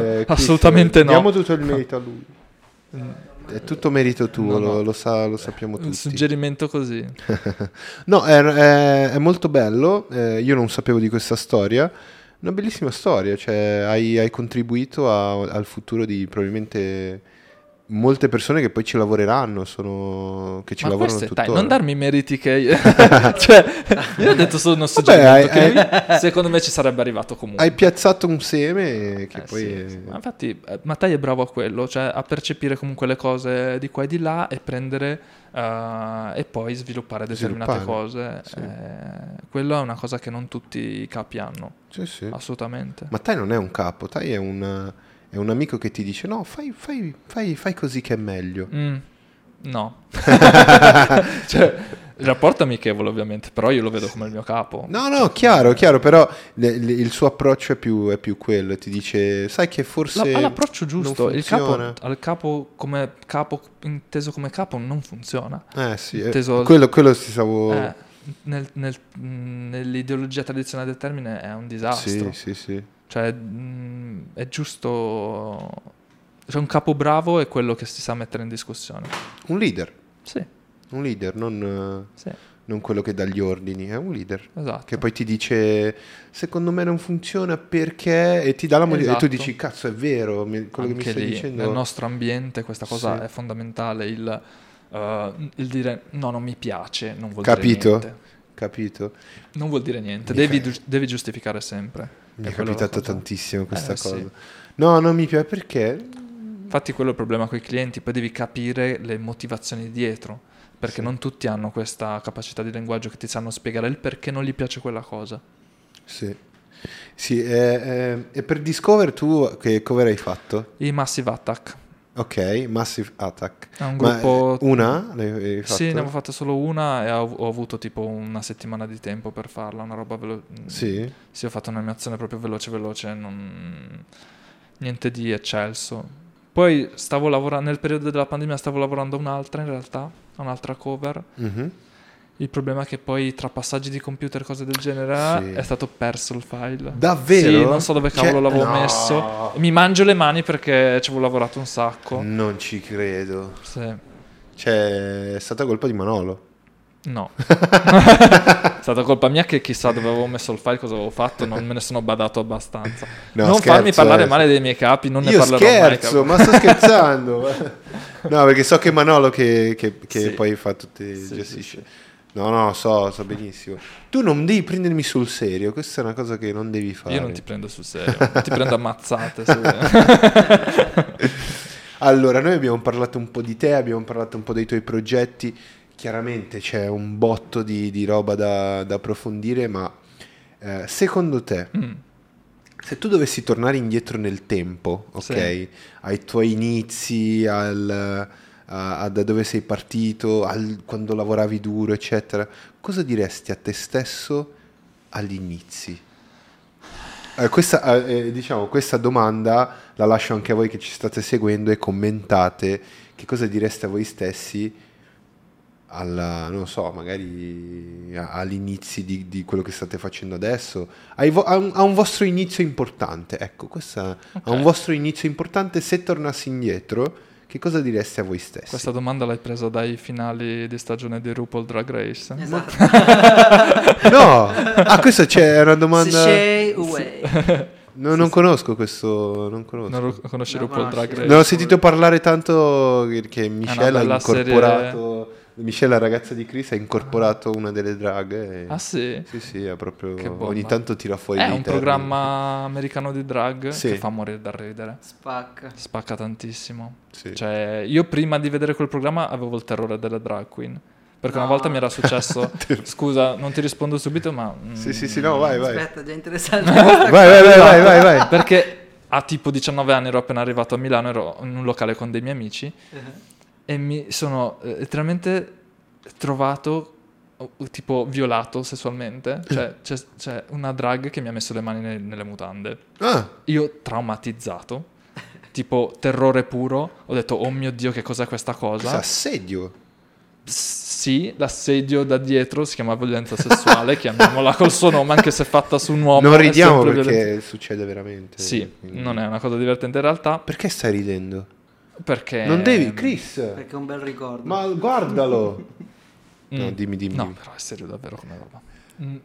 A: eh,
C: Assolutamente
A: Chris,
C: no.
A: Diamo tutto il merito a lui. È tutto merito tuo,
C: No, no.
A: Lo, lo sa- lo sappiamo
C: Un
A: tutti.
C: suggerimento così.
A: No, è, è- è molto bello, eh, io non sapevo di questa storia, una bellissima storia, cioè hai, hai contribuito a- al futuro di probabilmente molte persone che poi ci lavoreranno, sono, che ci
C: Ma
A: lavorano
C: questo è
A: tuttora.
C: dai, non darmi i meriti che io... cioè, io ho detto solo uno
A: hai-
C: suggerimento che secondo me ci sarebbe arrivato comunque.
A: Hai piazzato un seme che
C: Eh,
A: poi...
C: sì,
A: è-
C: sì, ma infatti eh, Mattai è bravo a quello, cioè a percepire comunque le cose di qua e di là e prendere eh, e poi sviluppare determinate
A: Sviluppare,
C: cose.
A: sì.
C: Eh, quello è una cosa che non tutti i capi hanno,
A: Sì, sì.
C: assolutamente.
A: Ma Tai non è un capo, Tai è un, è un amico che ti dice no, fai, fai- fai- fai così che è meglio.
C: Mm, no. Cioè, il rapporto è amichevole ovviamente, però io lo vedo come il mio capo.
A: No, no, chiaro, chiaro, però le- le- il suo approccio è più, è più quello, ti dice, sai che
C: La-
A: forse...
C: ha l'approccio
A: non
C: giusto, il capo,
A: funziona."
C: al capo come capo inteso come capo non funziona.
A: Eh sì, eh,
C: Inteso-
A: quello, quello si oh, stavo...
C: Eh, nel- nel- mh, nell'ideologia tradizionale del termine è un disastro.
A: sì, sì, sì.
C: Cioè, mh, è giusto. Cioè, un capo bravo è quello che si sa mettere in discussione.
A: Un leader,
C: Sì,
A: un leader, non,
C: sì,
A: eh, non quello che dà gli ordini, è un leader.
C: esatto.
A: Che poi ti dice, secondo me non funziona perché... E ti dà la motivazione. E tu
C: Esatto.
A: dici, cazzo, è vero, mi- quello che mi
C: Anche
A: stai
C: lì,
A: dicendo...
C: Nel nostro ambiente questa cosa
A: Sì.
C: è fondamentale. Il, eh, il dire no, non mi piace, non vuol
A: Capito.
C: dire niente.
A: Capito?
C: Non vuol dire niente.
A: Mi
C: Devi,
A: ca-
C: giu- devi giustificare sempre.
A: Mi
C: E
A: è
C: quella la
A: capitata
C: cosa.
A: tantissimo questa
C: Eh, sì.
A: cosa. No, non mi piace perché...
C: Infatti quello è il problema con i clienti, poi devi capire le motivazioni dietro, perché non tutti hanno questa capacità di linguaggio che ti sanno spiegare il perché non gli piace quella cosa.
A: Sì. Sì, eh, eh, e per Discover tu che cover hai fatto?
C: I Massive Attack
A: Ok, Massive Attack.
C: è un
A: Ma,
C: gruppo...
A: eh, una? L'hai- l'hai
C: Sì, ne
A: fatto?
C: avevo fatta solo una e ho, ho avuto tipo una settimana di tempo per farla, una roba veloce.
A: Sì.
C: Sì, ho fatto un'animazione proprio veloce, veloce, non... niente di eccelso. Poi stavo lavorando, nel periodo della pandemia stavo lavorando a un'altra in realtà, a un'altra cover.
A: Mhm.
C: Il problema è che poi tra passaggi di computer e cose del genere
A: Sì.
C: è stato perso il file.
A: Davvero?
C: Sì, non so dove cavolo
A: Cioè,
C: l'avevo
A: no.
C: messo. Mi mangio le mani perché ci avevo lavorato un sacco.
A: Non ci credo.
C: Sì.
A: Cioè, è stata colpa di Manolo.
C: No. è stata colpa mia che chissà dove avevo messo il file, cosa avevo fatto, non me ne sono badato abbastanza.
A: No,
C: non farmi
A: scherzo,
C: parlare
A: eh.
C: male dei miei capi, non ne
A: Io
C: parlerò
A: scherzo,
C: mai.
A: ma sto scherzando. no, perché so che Manolo che, che- che
C: Sì.
A: poi fa tutte...
C: Sì, sì,
A: gestisce. No, no, so, so benissimo. Tu non devi prendermi sul serio, questa è una cosa che non devi
C: capo.
A: fare.
C: Io non ti prendo sul serio, ti prendo ammazzate. sì.
A: Allora, noi abbiamo parlato un po' di te, abbiamo parlato un po' dei tuoi progetti. Chiaramente c'è un botto di, di roba da, da approfondire, ma eh, secondo te,
C: Mm.
A: se tu dovessi tornare indietro nel tempo, ok?
C: Sì.
A: Ai tuoi inizi, al, a- a da dove sei partito, al- quando lavoravi duro, eccetera, cosa diresti a te stesso agli inizi? Eh, questa, eh, eh, diciamo, questa domanda la lascio anche a voi che ci state seguendo e commentate che cosa direste a voi stessi alla, non so, magari a- all'inizio di, di quello che state facendo adesso, Ai vo- a, un, a un vostro inizio importante, ecco, questa, a un
C: Ok.
A: vostro inizio importante, se tornassi indietro, che cosa direste a voi stessi?
C: Questa domanda l'hai presa dai finali di stagione di RuPaul Drag Race.
B: Eh, Esatto.
A: No, ah, questa c'è è una domanda...
B: Sashay away.
A: No, non conosco quesco, non conosco.
C: Non ru- conosci
B: No,
C: RuPaul
B: conosci.
C: Drag Race?
A: Non ho sentito parlare tanto che- che Michelle ha
C: bella eh.
A: incorporato. Michelle, la ragazza di Chris, ha incorporato una delle draghe. e-
C: Ah sì?
A: Sì, sì, ha proprio.
C: Che bomba.
A: Ogni tanto tira fuori.
C: È
A: dei
C: un
A: termini.
C: programma americano di drag
A: Sì.
C: che fa morire da ridere.
B: Spacca.
C: Spacca tantissimo.
A: Sì.
C: Cioè, io prima di vedere quel programma avevo il terrore delle drag queen. Perché
B: No.
C: una volta mi era successo. Scusa, non ti rispondo subito, ma. mm,
A: sì, sì, sì, no, vai, vai.
B: Aspetta, già interessante.
A: Vai, vai, vai, vai, vai, vai.
C: Perché a tipo 19 anni ero appena arrivato a Milano, ero in un locale con dei miei amici
A: Uh-huh.
C: e mi sono eh, letteralmente trovato o- o tipo violato sessualmente.
A: Eh.
C: Cioè, c'è, c'è una drag che mi ha messo le mani ne- nelle mutande.
A: Ah,
C: Io traumatizzato, tipo terrore puro, ho detto "Oh mio Dio, che cos'è questa
A: questo
C: cosa?".
A: assedio.
C: Sì, l'assedio da dietro si chiama violenza sessuale, chiamiamola col suo nome, anche se fatta su un uomo.
A: non
C: è
A: ridiamo
C: sempre
A: perché
C: violenza.
A: succede veramente.
C: Sì,
A: quindi-
C: non è una cosa divertente in realtà,
A: Perché stai ridendo?
C: perché... ehm,
A: Non devi, Chris.
B: Perché è un bel ricordo.
A: Ma guardalo.
C: Mm.
A: No, dimmi, dimmi,
C: No,
A: dimmi.
C: però è serio davvero come roba. Mm,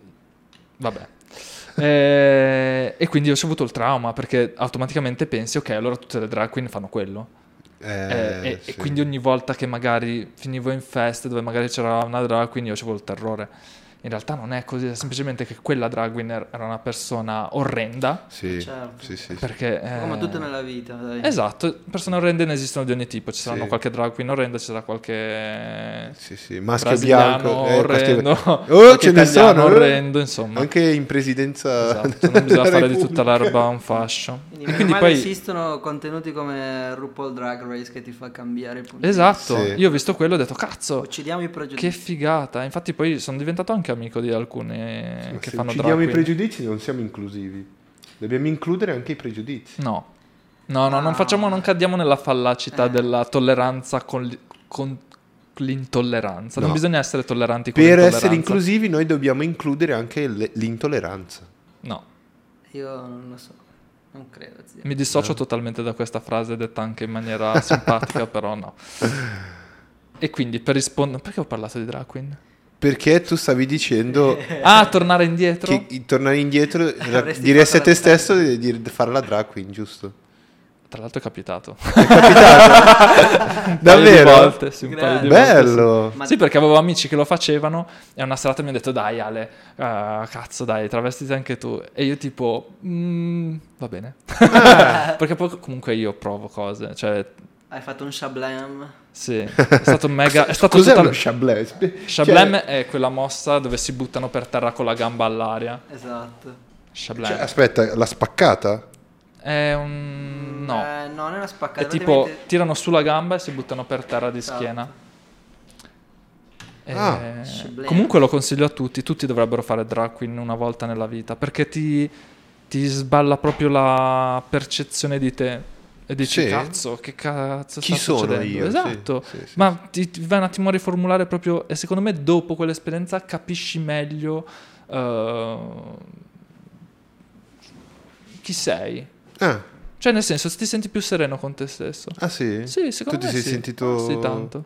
C: Vabbè. Eh, e quindi ho avuto il trauma perché automaticamente pensi, ok, allora tutte le drag queen fanno quello. Eh, e, e
A: sì.
C: quindi ogni volta che magari finivo in feste dove magari c'era una drag queen io avevo il terrore. In realtà non è così, è semplicemente che quella drag queen er- era una persona orrenda.
A: Sì,
B: Certo.
A: sì, sì, sì.
C: Perché... eh,
B: Come tutto nella vita, dai.
C: Esatto, persone orrende ne esistono di ogni tipo, ci saranno
A: Sì.
C: qualche drag queen orrenda, ci sarà qualche
A: Sì, sì, maschio
C: Brasiliano
A: bianco. eh,
C: orrendo.
A: qualche- Oh,
C: Qualche
A: ce ne
C: italiano
A: sono. eh.
C: orrendo, insomma.
A: Anche in presidenza.
C: Esatto, non bisogna
A: della
C: fare di tutta la
A: Repubblica.
C: roba un fascio.
B: Quindi,
C: E
B: meno
C: quindi
B: male
C: poi...
B: esistono contenuti come RuPaul Drag Race che ti fa cambiare i punti.
C: Esatto,
A: Sì.
C: io ho visto quello e ho detto, cazzo,
B: Uccidiamo i
C: che
B: pregiudizi.
C: figata. Infatti poi sono diventato anche amico di alcune
A: Ma
C: Eh, che
A: se
C: fanno drag
A: uccidiamo i
C: queen.
A: pregiudizi non siamo inclusivi. Dobbiamo includere anche i pregiudizi.
C: No, no, no, non
B: Ah.
C: facciamo, non cadiamo nella fallacità
B: Eh.
C: della tolleranza con... li- con l'intolleranza. Non
A: No.
C: bisogna essere tolleranti con
A: Per
C: l'intolleranza.
A: essere inclusivi noi dobbiamo includere anche le- l'intolleranza.
C: No,
B: Io non lo so. Non credo, zio.
C: mi
A: Eh.
C: dissocio totalmente da questa frase detta anche in maniera simpatica, però no. E quindi per rispondere... Perché ho parlato di drag queen?
A: Perché tu stavi dicendo
C: Ah, tornare indietro?
A: Eh. che i- tornare indietro ra-
B: Avresti
A: diresti a
B: fatto
A: te
B: la
A: stesso di, di fare la drag queen, giusto?
C: Tra l'altro è capitato. Un paio di
A: Davvero?
C: volte, sì, un
B: Grande.
C: paio di volte,
A: Bello.
C: sì.
B: Ma-
C: Sì, perché avevo amici che lo facevano e una serata mi hanno detto dai Ale, ah, cazzo dai, travestiti anche tu. E io tipo, "Mm, va bene.
A: Eh.
C: perché poi comunque io provo cose, cioè
B: Hai fatto un shablam.
C: sì, è stato mega... È stato
A: Cos'è
C: totale-
A: lo chablais? Cioè,
C: Shablem è quella mossa dove si buttano per terra con la gamba all'aria.
B: Esatto.
C: Shablem.
A: cioè, aspetta, la spaccata?
C: è un... Mm, no.
B: Eh, no, non è una spaccata.
C: È tipo,
B: praticamente-
C: tirano sulla gamba e si buttano per terra di schiena. Eh,
A: Ah.
B: Sublime.
C: comunque lo consiglio a tutti, tutti dovrebbero fare drag queen una volta nella vita perché ti, ti sballa proprio la percezione di te e dici
A: Sì.
C: cazzo, che cazzo
A: Chi
C: sta
A: sono
C: succedendo?"
A: io?
C: Esatto.
A: Sì, sì, sì,
C: Ma ti, ti vai un attimo a riformulare proprio e secondo me dopo quell'esperienza capisci meglio eh, chi sei.
A: Ah,
C: Cioè nel senso, ti senti più sereno con te stesso.
A: ah sì?
C: Sì, secondo
A: tu
C: me
A: ti sei
C: sì.
A: sentito
C: Ah, sì, tanto.
A: più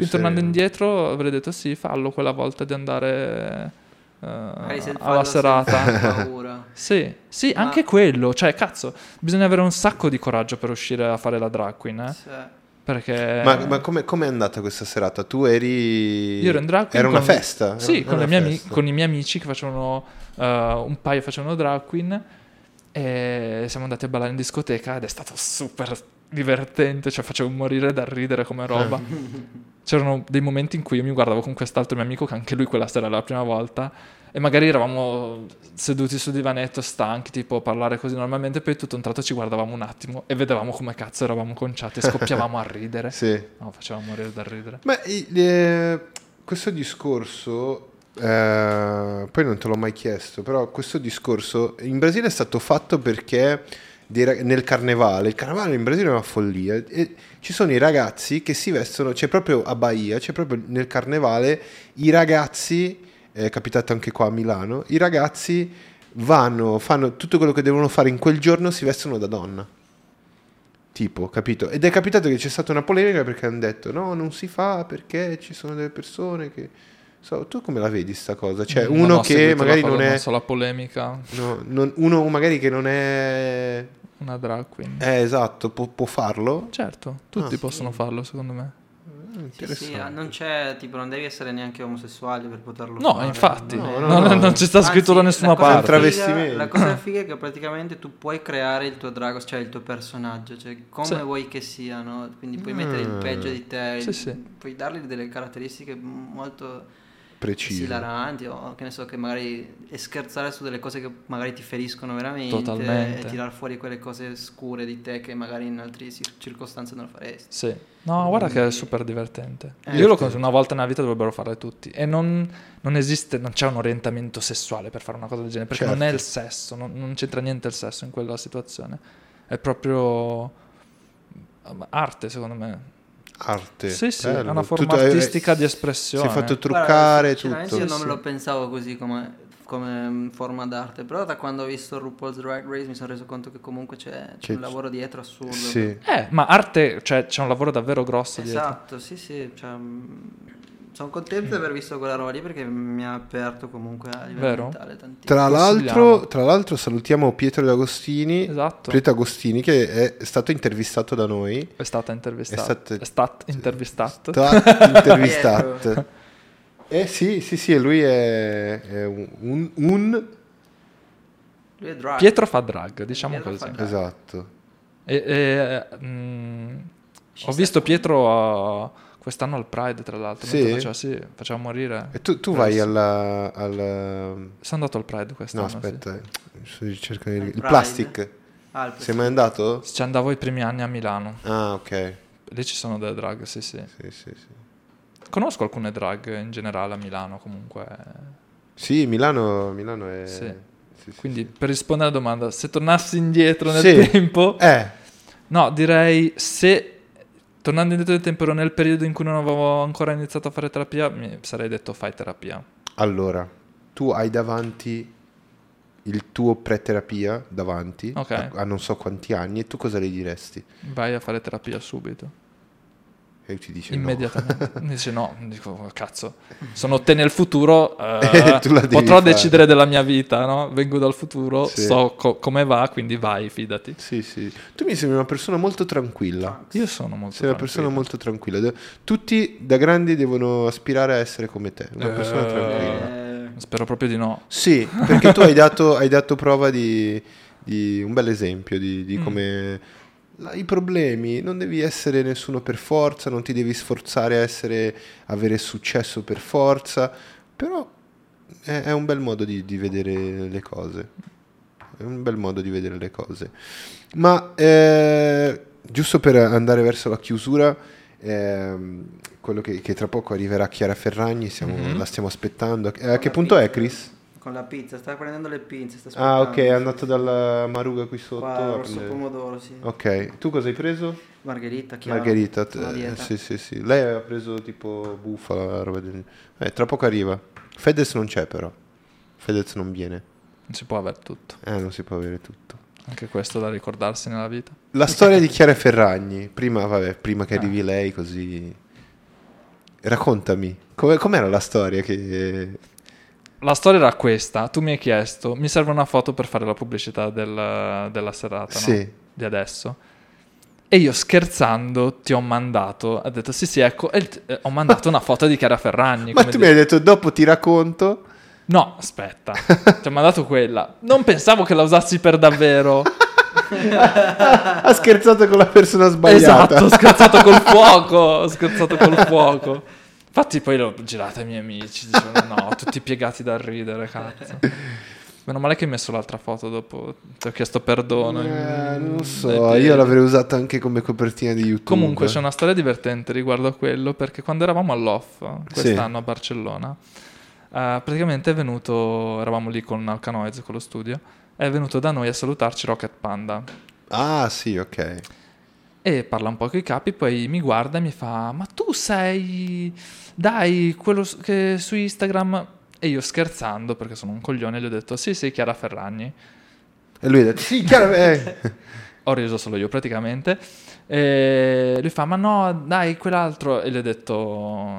C: Quindi tornando
A: sereno.
C: indietro avrei detto sì, fallo quella volta di andare eh,
B: Magari se il fallo
C: alla serata.
B: senti paura.
C: Sì, sì,
B: Ma-
C: anche quello. Cioè, cazzo, bisogna avere un sacco di coraggio per uscire a fare la drag queen, eh?
B: Cioè,
C: Perché...
A: Ma, ma come, com'è andata questa serata? Tu eri.
C: Io ero in drag queen
A: Era una
C: con-
A: festa?
C: Sì,
A: Era
C: con, le
A: una
C: mie ami-
A: festa.
C: con i miei amici che facevano eh, un paio facevano drag queen e siamo andati a ballare in discoteca ed è stato super divertente, cioè facevo morire da ridere come roba. c'erano dei momenti in cui io mi guardavo con quest'altro mio amico, che anche lui quella sera era la prima volta, e magari eravamo seduti sul divanetto, stanchi, tipo a parlare così normalmente, poi tutto un tratto ci guardavamo un attimo e vedevamo come cazzo eravamo conciati e scoppiavamo a ridere.
A: Sì.
C: No, facevamo morire dal ridere.
A: Ma il- eh, questo discorso, eh, poi non te l'ho mai chiesto, però questo discorso in Brasile è stato fatto perché dei rag- nel carnevale, il carnevale in Brasile è una follia, e ci sono i ragazzi che si vestono, c'è proprio a Bahia, c'è proprio nel carnevale, i ragazzi, è capitato anche qua a Milano, i ragazzi vanno, fanno tutto quello che devono fare in quel giorno, si vestono da donna. Tipo, capito? Ed è capitato che c'è stata una polemica perché hanno detto no, non si fa perché ci sono delle persone che... So, tu come la vedi sta cosa? Cioè,
C: Non
A: uno
C: ho
A: che
C: seguito la
A: magari
C: cosa,
A: non è...
C: so la polemica,
A: no, non- uno magari che non è...
C: una drag queen.
A: Eh, esatto, può, può farlo.
C: Certo, tutti
A: Ah, sì.
C: possono farlo, secondo me.
A: Mm,
B: Sì, sì,
A: Interessante.
B: ah, non c'è, tipo, non devi essere neanche omosessuale per poterlo
C: No,
B: fare.
C: infatti,
A: No, no,
C: non-
A: no.
C: non ci sta scritto da
B: Anzi,
C: nessuna
B: la cosa
C: parte.
A: Tra-
B: figa-
A: Travestimenti.
B: La cosa figa è che praticamente tu puoi creare il tuo drago, cioè il tuo personaggio, cioè come
C: Sì.
B: vuoi che siano, quindi puoi
A: Ah.
B: mettere il peggio di te, il-
C: Sì, sì.
B: puoi dargli delle caratteristiche molto
A: Preciso.
B: esilaranti o che ne so che magari e scherzare su delle cose che magari ti feriscono veramente
C: Totalmente.
B: e tirar fuori quelle cose scure di te che magari in altre cir- circostanze non faresti.
C: Sì. No, guarda che è super divertente.
B: Eh,
A: Certo.
C: Io lo
B: sì.
C: consiglio, una volta nella vita dovrebbero farle tutti. E non, non esiste, non c'è un orientamento sessuale per fare una cosa del genere, perché non è
A: Certo.
C: il sesso, non, non c'entra niente il sesso in quella situazione. È proprio um, arte, secondo me.
A: Arte.
C: Sì, sì,
A: bello.
C: è una forma
A: Tutto- eh,
C: artistica di
A: Si
C: espressione.
A: è fatto
B: Guarda,
A: truccare
B: sinceramente
A: tutto.
B: Io non
C: Sì.
B: me lo pensavo così come, come, mm, forma d'arte, però da quando ho visto RuPaul's Drag Race mi sono reso conto che comunque c'è, c'è
A: Che-
B: un lavoro dietro assurdo.
A: Sì.
C: Eh, ma arte, cioè c'è un lavoro davvero grosso dietro.
B: Esatto, sì, sì. cioè, mm, sono contento di aver visto quella roba lì perché mi ha aperto comunque a livello
C: Vero.
B: mentale tantissimo.
A: Tra l'altro,
C: Consigliamo.
A: tra l'altro salutiamo Pietro D'Agostini.
C: Esatto.
A: Pietro Agostini che è stato intervistato da noi.
C: È stata intervistata. È,
A: stato-
C: stat intervistata.
A: Sta intervistato. Eh sì, sì, sì, e lui è, è un, un- un-
B: Lui è drag.
C: Pietro fa drag, diciamo
B: Pietro
C: così.
B: fa drag.
A: Esatto.
C: E- e, eh, mm,
B: Ci
C: ho
B: sta.
C: visto Pietro uh, quest'anno al Pride, tra l'altro.
A: Sì?
C: mentre Faceva, sì, faceva morire.
A: E tu, tu vai alla... alla-
C: Sono andato al Pride
A: No,
C: quest'anno. sì.
A: aspetta. sto cercando di- Il
B: Pride.
A: plastic.
B: Ah, il
A: Sei mai andato?
C: Ci andavo i primi anni a Milano.
A: Ah, ok.
C: Lì ci sono delle drag, sì, sì.
A: Sì, sì, sì.
C: Conosco alcune drag in generale a Milano, comunque.
A: Sì, Milano, Milano è...
C: Sì.
A: sì, sì,
C: Quindi,
A: sì.
C: per rispondere alla domanda, se tornassi indietro nel
A: Sì.
C: tempo...
A: Eh,
C: No, direi se tornando indietro nel tempo ero nel periodo in cui non avevo ancora iniziato a fare terapia, mi sarei detto fai terapia.
A: allora, tu hai davanti il tuo pre-terapia, davanti,
C: Ok.
A: a, a non so quanti anni, e tu cosa le diresti?
C: Vai a fare terapia subito.
A: E lui ti dice no.
C: Immediatamente. Mi dice no, dico cazzo, sono te nel futuro, eh,
A: Tu la devi
C: potrò
A: fare."
C: decidere della mia vita, no? Vengo dal futuro,
A: Sì.
C: so co- come va, quindi vai, fidati.
A: Sì, sì. Tu mi sembri una persona molto tranquilla.
B: Trunks.
C: Io sono molto...
A: Sei una persona
C: tranquillo.
A: molto tranquilla. De- Tutti da grandi devono aspirare a essere come te, una
C: Eh.
A: persona tranquilla.
B: Eh,
C: Spero proprio di no.
A: Sì, perché tu hai dato, hai dato prova di, di un bel esempio di, di
C: Mm.
A: come la- i problemi, non devi essere nessuno per forza, non ti devi sforzare a essere, avere successo per forza, però è, è un bel modo di, di vedere le cose. È un bel modo di vedere le cose. Ma eh, giusto per andare verso la chiusura, ehm, quello che, che tra poco arriverà Chiara Ferragni, siamo-
C: Mhm.
A: la stiamo aspettando. Eh, a
B: con
A: che
B: la
A: punto è,
B: pizza.
A: Chris?
B: Con la pizza, sta prendendo le pinze, sta
A: Ah, ok, è
B: aspettando.
A: andato dalla maruga qui sotto.
B: Qua,
A: a
B: rosso
A: prendere.
B: pomodoro, sì.
A: ok, tu cosa hai preso?
B: Margherita, chiaro.
A: Margherita, t- eh,
B: Sulla dieta.
A: sì, sì, sì. Lei aveva preso tipo bufala, roba del... Eh, tra poco arriva. Fedez non c'è però. Fedez non viene.
C: Non si può avere tutto.
A: Eh, non si può avere tutto.
C: Anche questo da ricordarsi nella vita.
A: La storia di Chiara Ferragni, prima, vabbè, prima che
C: Ah.
A: arrivi lei così... Raccontami, come, com'era la storia che...
C: La storia era questa, tu mi hai chiesto, mi serve una foto per fare la pubblicità del- della serata, no?
A: Sì.
C: di adesso. E io scherzando ti ho mandato, ha detto sì sì ecco, e il- eh, ho mandato una foto di Chiara Ferragni.
A: Ma
C: come
A: tu mi
C: dire.
A: hai detto dopo ti racconto.
C: No, aspetta, ti ho mandato quella. Non pensavo che la usassi per davvero.
A: ha, ha scherzato con la persona sbagliata.
C: Esatto, ho scherzato col fuoco, ho scherzato col fuoco. Infatti poi l'ho girata ai miei amici, dicevano no, tutti piegati dal ridere, cazzo. Meno male che hai messo l'altra foto dopo, ti ho chiesto perdono.
A: Eh,
C: in-
A: non
C: dai
A: so,
C: piedi.
A: io l'avrei usata anche come copertina di YouTube.
C: Eh, Comunque c'è una storia divertente riguardo a quello, perché quando eravamo all'off quest'anno a Barcellona, eh, praticamente è venuto, eravamo lì con Alcanoids, con lo studio, è venuto da noi a salutarci Rocket Panda.
A: Ah, sì, ok.
C: E parla un po' coi capi, poi mi guarda e mi fa: Ma tu sei. Dai, quello s- che su Instagram. E io scherzando, perché sono un coglione, gli ho detto: Sì, sì, Chiara Ferragni.
A: E lui ha detto, sì, chiaro, eh.
C: Ho riso solo io praticamente. E lui fa: Ma no, dai, quell'altro. E gli ho detto: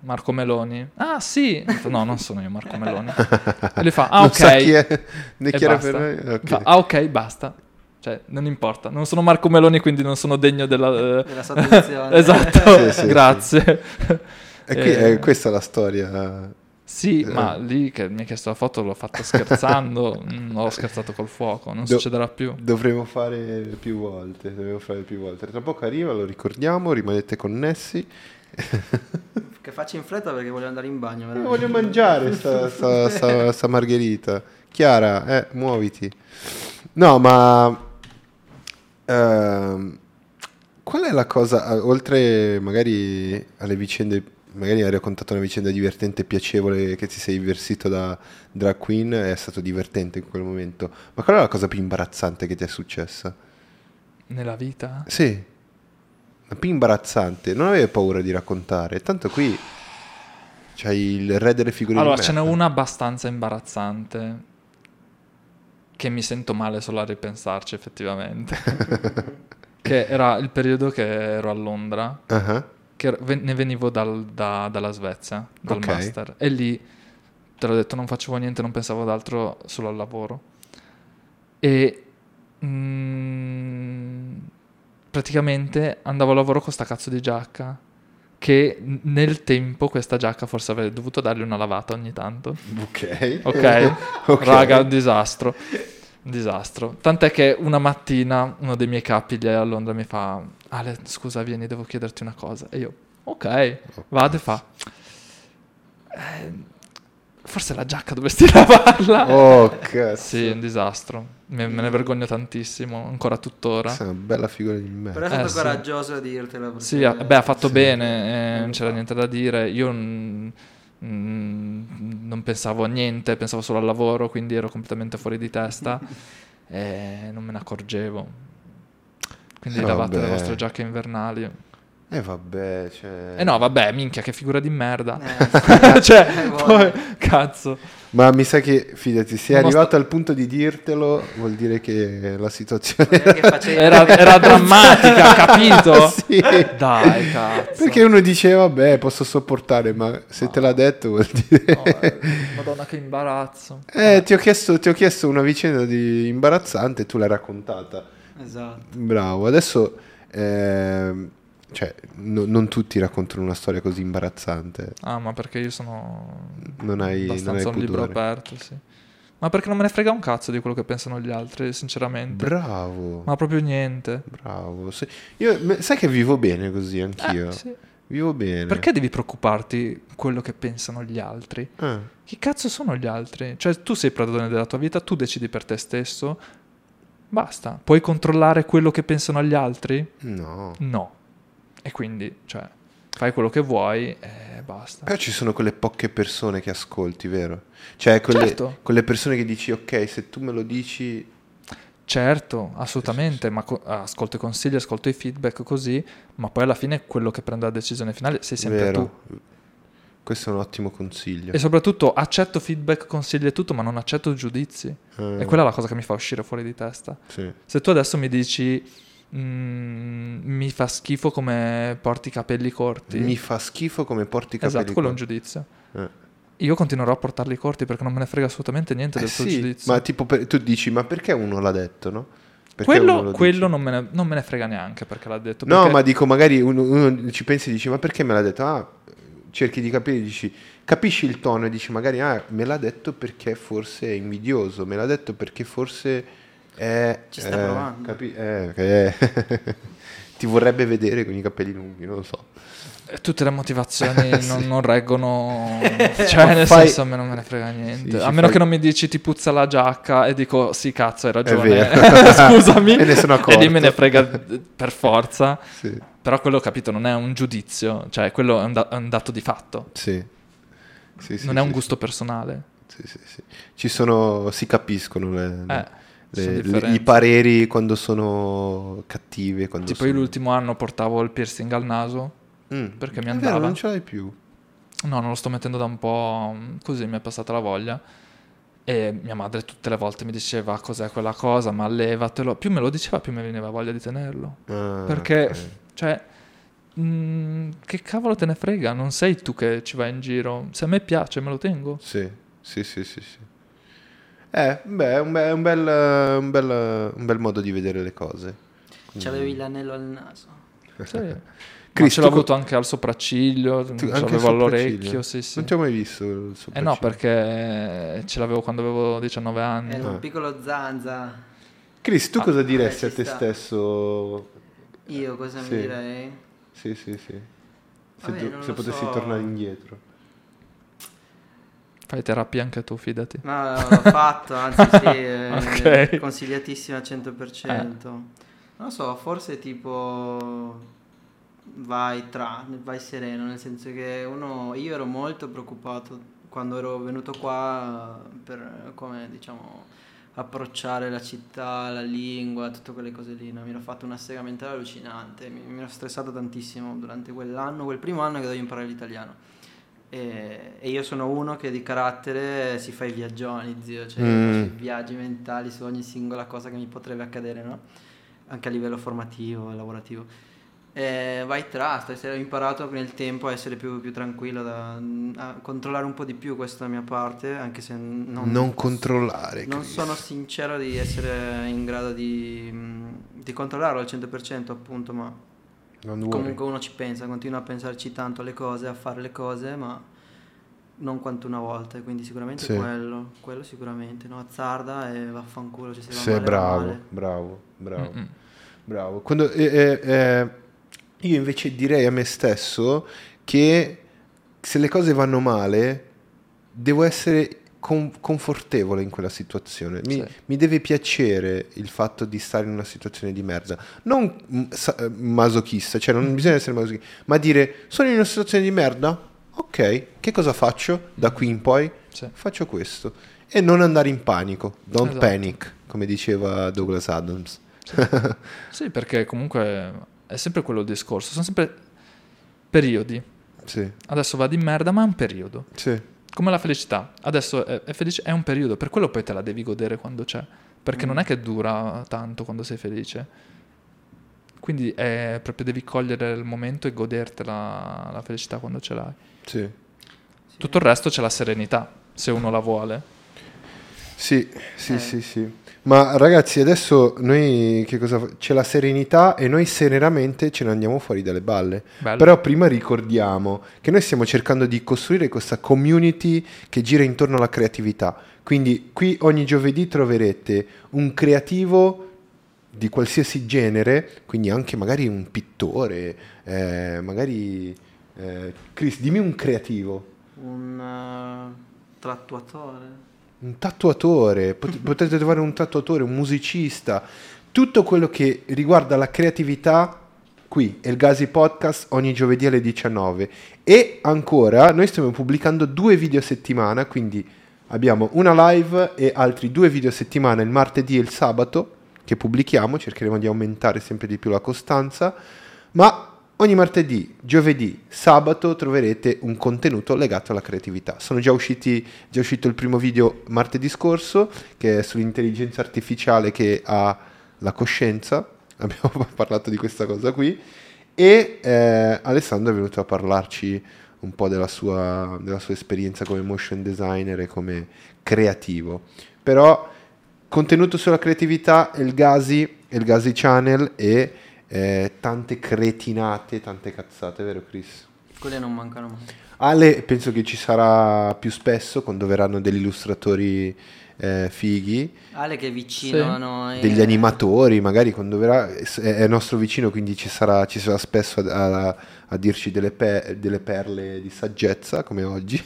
C: Marco Meloni. Ah, sì. Ho detto, no, non sono io, Marco Meloni. E lui fa: Ah,
A: non
C: ok.
A: sa chi è, né
C: E
A: Chiara
C: basta.
A: Ferragni, ok.
C: Fa, ah, ok, basta. Cioè, non importa. Non sono Marco Meloni, quindi non sono degno della. eh,
B: Della sua attenzione.
C: esatto,
A: Sì, sì,
C: grazie.
A: E qui-
C: Eh,
A: eh, questa è la storia.
C: Sì,
A: Eh.
C: ma lì che mi ha chiesto la foto l'ho fatta scherzando, mm, ho scherzato col fuoco, non
A: Do-
C: succederà più.
A: Dovremmo fare più volte, dovremmo fare più volte. Tra poco arriva, lo ricordiamo, rimanete connessi.
B: Che faccio in fretta perché voglio andare in bagno.
A: Io
B: veramente.
A: Eh, voglio mangiare sta, sta- sta- sta margherita. Chiara, eh, muoviti. No, ma... ehm, qual è la cosa, ah, oltre magari alle vicende, magari hai raccontato una vicenda divertente e piacevole che ti sei versito da drag queen, è stato divertente in quel momento, ma qual è la cosa più imbarazzante che ti è successa?
C: Nella vita?
A: Sì, la più imbarazzante, non avevi paura di raccontare, tanto qui c'hai il re delle figure
C: Allora,
A: di
C: ce n'è
A: merda.
C: una abbastanza imbarazzante che mi sento male solo a ripensarci effettivamente. che era il periodo che ero a Londra,
A: Ah,
C: che ero- ven- ne venivo dal- da- dalla Svezia, dal
A: Ok.
C: master, e lì te l'ho detto, non facevo niente, non pensavo ad altro, solo al lavoro. E mm, praticamente andavo al lavoro con sta cazzo di giacca. Che n- nel tempo questa giacca forse avrei dovuto dargli una lavata ogni tanto.
A: Ok.
C: Ok?
A: Ok.
C: Raga, un disastro. Un disastro. Tant'è che una mattina uno dei miei capi lì a Londra mi fa: Ale, scusa, vieni, devo chiederti una cosa. E io, ok, vado e fa. "Eh, forse la giacca dovresti lavarla.
A: Oh, cazzo.
C: Sì, è un disastro. Me, me ne vergogno tantissimo, ancora tuttora.
A: Sei una bella figura di merda.
B: Però è stato
C: Eh, sì.
B: coraggioso a dirtelo. perché-
C: Sì, ha- beh, ha fatto
A: Sì.
C: bene, eh, non c'era niente da dire. Io mm, mm, non pensavo a niente, pensavo solo al lavoro, quindi ero completamente fuori di testa e non me ne accorgevo. Quindi
A: Eh,
C: lavate le
A: vabbè. Eh.
C: vostre giacche invernali.
A: E vabbè, cioè...
C: E Eh, no, vabbè, minchia, che figura di merda.
B: Eh,
C: cioè,
B: Eh,
C: poi,
B: vuole.
C: cazzo.
A: Ma mi sa che, fidati, se è
C: Non sto-
A: arrivato al punto di dirtelo, vuol dire che la situazione...
B: non è che facevi-
C: Era, era drammatica, capito?
A: Sì.
C: Dai, cazzo.
A: Perché uno dice, vabbè, posso sopportare, ma se te l'ha detto vuol dire...
C: No, eh, Madonna, che imbarazzo.
A: Eh, ti ho, chiesto, ti ho chiesto una vicenda di imbarazzante e tu l'hai raccontata.
B: Esatto.
A: Bravo, adesso... ehm, cioè, no- non tutti raccontano una storia così imbarazzante.
C: Ah, ma perché io sono
A: Non hai, non hai
C: abbastanza un libro
A: pudore.
C: aperto, sì. Ma perché non me ne frega un cazzo di quello che pensano gli altri, sinceramente.
A: Bravo.
C: Ma proprio niente.
A: Bravo. Sì. Io- me- sai che vivo bene così anch'io.
C: Eh, sì.
A: Vivo bene.
C: Perché devi preoccuparti quello che pensano gli altri?
A: Ah,
C: Chi cazzo sono gli altri? Cioè, tu sei padrone della tua vita, tu decidi per te stesso. Basta. Puoi controllare quello che pensano gli altri?
A: no.
C: No. E quindi, cioè, fai quello che vuoi e basta.
A: Però ci sono quelle poche persone che ascolti, vero? Cioè, quelle,
C: Certo.
A: quelle persone che dici, ok, se tu me lo dici...
C: Certo, assolutamente, ma co- ascolto i consigli, ascolto i feedback così, ma poi alla fine quello che prende la decisione finale sei sempre tu. Esatto.
A: vero. Questo è un ottimo consiglio.
C: E soprattutto accetto feedback, consigli e tutto, ma non accetto giudizi.
A: Eh,
C: E quella è la cosa che mi fa uscire fuori di testa.
A: sì.
C: Se tu adesso mi dici "Mm, mi fa schifo come porti i capelli corti,
A: Mi fa schifo come porti i capelli
C: esatto, quello è un
A: corti.
C: giudizio.
A: Eh.
C: Io continuerò a portarli corti perché non me ne frega assolutamente niente
A: Eh
C: del tuo
A: sì,
C: giudizio.
A: ma tipo per- tu dici, ma perché uno l'ha detto, no? Perché uno lo
C: quello
A: dice?
C: quello non, me ne, non me ne frega neanche perché l'ha detto.
A: No,
C: perché-
A: ma dico, magari uno, uno ci pensi e dici, ma perché me l'ha detto? Ah, cerchi di capire, dici, capisci il tono e dici, magari, ah, me l'ha detto perché forse è invidioso, me l'ha detto perché forse Eh,
B: Ci sta
A: eh,
B: provando.
A: capi- eh, che- ti vorrebbe vedere con i capelli lunghi, non lo so.
C: Eh, Tutte le motivazioni non, non reggono,
A: Ma
C: cioè nel
A: fai-
C: senso a me non me ne frega niente.
A: Sì,
C: a
A: ci
C: meno
A: fai-
C: che non mi dici ti puzza la giacca e dico sì cazzo hai ragione,
A: vero.
C: scusami.
A: Me ne sono
C: E lì me ne
A: accorto.
C: frega eh, per forza.
A: Sì,
C: Però quello ho capito non è un giudizio, cioè quello è un, da- è un dato di fatto,
A: sì. Sì, sì,
C: non è un
A: sì,
C: gusto personale.
A: sì, sì, sì. Ci sono, si capiscono le-
C: Eh,
A: le-
C: sono
A: le-
C: differenti.
A: i pareri quando sono cattive. Quando
C: Tipo
A: sono...
C: io l'ultimo anno portavo il piercing al naso.
A: Mm.
C: perché mi
A: È
C: andava.
A: Vero, non ce l'hai più.
C: No, non lo sto mettendo da un po', mm, così mi è passata la voglia. E mia madre tutte le volte mi diceva cos'è quella cosa, ma levatelo. Più me lo diceva, più mi veniva voglia di tenerlo.
A: Ah,
C: Perché,
A: ok.
C: cioè, mm, che cavolo te ne frega? Non sei tu che ci vai in giro. Se a me piace, me lo tengo.
A: Sì, sì, sì, sì, sì. Eh, beh, è un, be- è un bel, eh, un bel- un bel modo di vedere le cose.
B: C'avevi l'anello al naso.
C: Sì. Ma
A: Cristo,
C: ce l'ho
A: co-
C: avuto anche al sopracciglio,
A: Tu-
C: ce
A: anche il
C: l'avevo all'orecchio,
A: sopracciglio?
C: sì, sì.
A: Non ti ho mai visto il
C: Eh no,
A: sopracciglio.
C: perché ce l'avevo quando avevo 19 anni.
B: È
A: Ah.
B: un piccolo zanza.
A: Chris, tu cosa diresti
B: eh,
A: a
B: ci
A: te
B: sta.
A: stesso?
B: Io cosa
A: Sì.
B: mi direi?
A: Sì, sì, sì. Se,
B: Vabbè,
A: tu-
B: non
A: se
B: lo
A: potessi
B: so.
A: tornare indietro.
C: Fai terapia anche tu, fidati.
B: No, l'ho fatto, anzi sì, eh, è
C: Ok.
B: consigliatissimo al 100%. Eh. Non lo so, forse tipo vai tra, vai sereno, nel senso che uno, io ero molto preoccupato quando ero venuto qua eh, per come diciamo approcciare la città, la lingua, tutte quelle cose lì, no? mi ero fatto una sega mentale allucinante, mi, mi ero stressato tantissimo durante quell'anno, quel primo anno che dovevo imparare l'italiano. E, e io sono uno che di carattere si fa i viaggioni, zio, cioè
A: Mm.
B: faccio i viaggi mentali su ogni singola cosa che mi potrebbe accadere, no? Anche a livello formativo e lavorativo. Eh, vai tra, stasera ho imparato con il tempo a essere più, più tranquillo, da- a controllare un po' di più questa mia parte, anche se non,
A: Non, Ecco. controllare.
B: non
A: Chris.
B: sono sincero di essere in grado di, mh, di controllarlo al 100% appunto, ma
A: Non vuoi.
B: comunque uno ci pensa, continua a pensarci tanto alle cose, a fare le cose, ma non quanto una volta, e quindi sicuramente
A: Sì.
B: quello, quello sicuramente, no? Azzarda e vaffanculo, ci si va
A: Sei
B: male, va
A: bravo,
B: male.
A: bravo, bravo.
C: Mm-mm.
A: Bravo. Quando, eh, eh, eh, io invece direi a me stesso che se le cose vanno male, devo essere con- confortevole in quella situazione. Mi,
C: Sì.
A: mi deve piacere il fatto di stare in una situazione di merda. Non mm, sa- eh, masochista, cioè
C: Mm.
A: non bisogna essere masochisti, ma dire sono in una situazione di merda. Ok, che cosa faccio da qui in poi?
C: Sì.
A: Faccio questo. E non andare in panico. Don't
C: Esatto.
A: panic, come diceva Douglas Adams.
C: Sì, perché comunque è sempre quello il discorso, sono sempre periodi.
A: Sì.
C: Adesso va di merda, ma è un periodo.
A: Sì,
C: Come la felicità. Adesso è, è felice, è un periodo, per quello poi te la devi godere quando c'è. Perché
A: Mm.
C: non è che dura tanto quando sei felice. Quindi è proprio devi cogliere il momento e godertela la felicità quando ce l'hai.
A: sì.
B: Sì.
C: Tutto il resto c'è la serenità, se uno la vuole.
A: Sì, sì,
B: Eh.
A: sì, sì. Ma ragazzi, adesso noi che cosa fa- c'è la serenità e noi serenamente ce ne andiamo fuori dalle balle.
C: Bello.
A: Però prima ricordiamo che noi stiamo cercando di costruire questa community che gira intorno alla creatività. Quindi qui ogni giovedì troverete un creativo di qualsiasi genere, quindi anche magari un pittore, eh, magari eh, Chris, dimmi un creativo.
B: Un eh, trattuatore.
A: un tatuatore, pot- potete trovare un tatuatore, un musicista, tutto quello che riguarda la creatività qui, El Gazi Podcast ogni giovedì alle 19 e ancora noi stiamo pubblicando due video a settimana, quindi abbiamo una live e altri due video a settimana il martedì e il sabato che pubblichiamo, cercheremo di aumentare sempre di più la costanza, ma ogni martedì, giovedì, sabato troverete un contenuto legato alla creatività. Sono già usciti già uscito il primo video martedì scorso che è sull'intelligenza artificiale che ha la coscienza, abbiamo parlato di questa cosa qui e eh, Alessandro è venuto a parlarci un po' della sua, della sua esperienza come motion designer e come creativo. Però contenuto sulla creatività, El Gazi, El Gazi Channel e eh, tante cretinate, tante cazzate, vero Chris?
B: Quelle non mancano mai.
A: Ale penso che ci sarà più spesso quando verranno degli illustratori eh, fighi,
B: Ale che è vicino
C: Sì.
B: a noi. eh,
A: degli animatori, magari quando verrà, è è nostro vicino, quindi ci sarà, ci sarà spesso a, a- a dirci delle, pe- delle perle di saggezza, come oggi.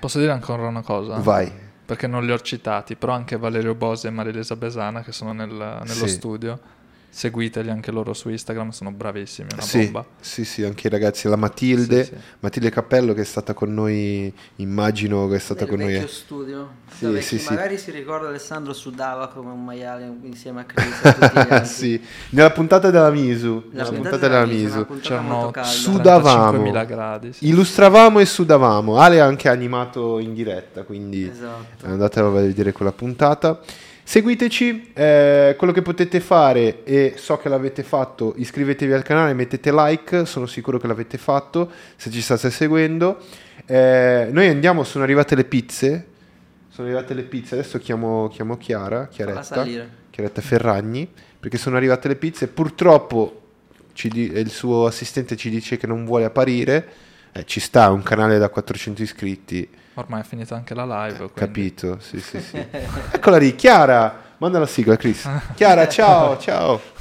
C: Posso dire ancora una cosa?
A: Vai.
C: Perché non li ho citati, però anche Valerio Bose e Marilisa Besana che sono nel- nello
A: Sì.
C: studio, seguiteli anche loro su Instagram, sono bravissimi, una
A: Sì,
C: bomba.
A: sì, sì, anche i ragazzi, la Matilde,
C: Sì, sì.
A: Matilde Cappello che è stata con noi, immagino che è stata
B: Del
A: con
B: vecchio
A: noi. eh.
B: studio.
A: Sì,
B: dove
A: sì,
B: chi
A: sì.
B: Magari si ricorda Alessandro sudava come un maiale insieme a Chris e tutti gli altri.
A: sì, nella puntata della Misu, nella
B: La puntata
A: puntata della
B: era una
A: Misu.
B: puntata molto
C: C'erano
B: calda.
A: Su- Sudavamo.
C: 35.000 gradi. sì.
A: Illustravamo e sudavamo, Ale ha anche animato in diretta, quindi
B: Esatto.
A: andate a vedere quella puntata. Seguiteci, eh, quello che potete fare e so che l'avete fatto, iscrivetevi al canale, mettete like, sono sicuro che l'avete fatto se ci state seguendo. Eh, noi andiamo, sono arrivate le pizze, sono arrivate le pizze, adesso chiamo, chiamo Chiara,
B: Falla
A: Chiaretta,
B: salire.
A: Chiaretta Ferragni, perché sono arrivate le pizze, purtroppo ci di- il suo assistente ci dice che non vuole apparire, Eh, ci sta, è un canale da 400 iscritti,
C: Ormai è finita anche la live. quindi-
A: Capito, sì, sì, sì. Eccola lì, Chiara. Manda la sigla, Chris. Chiara, ciao, ciao.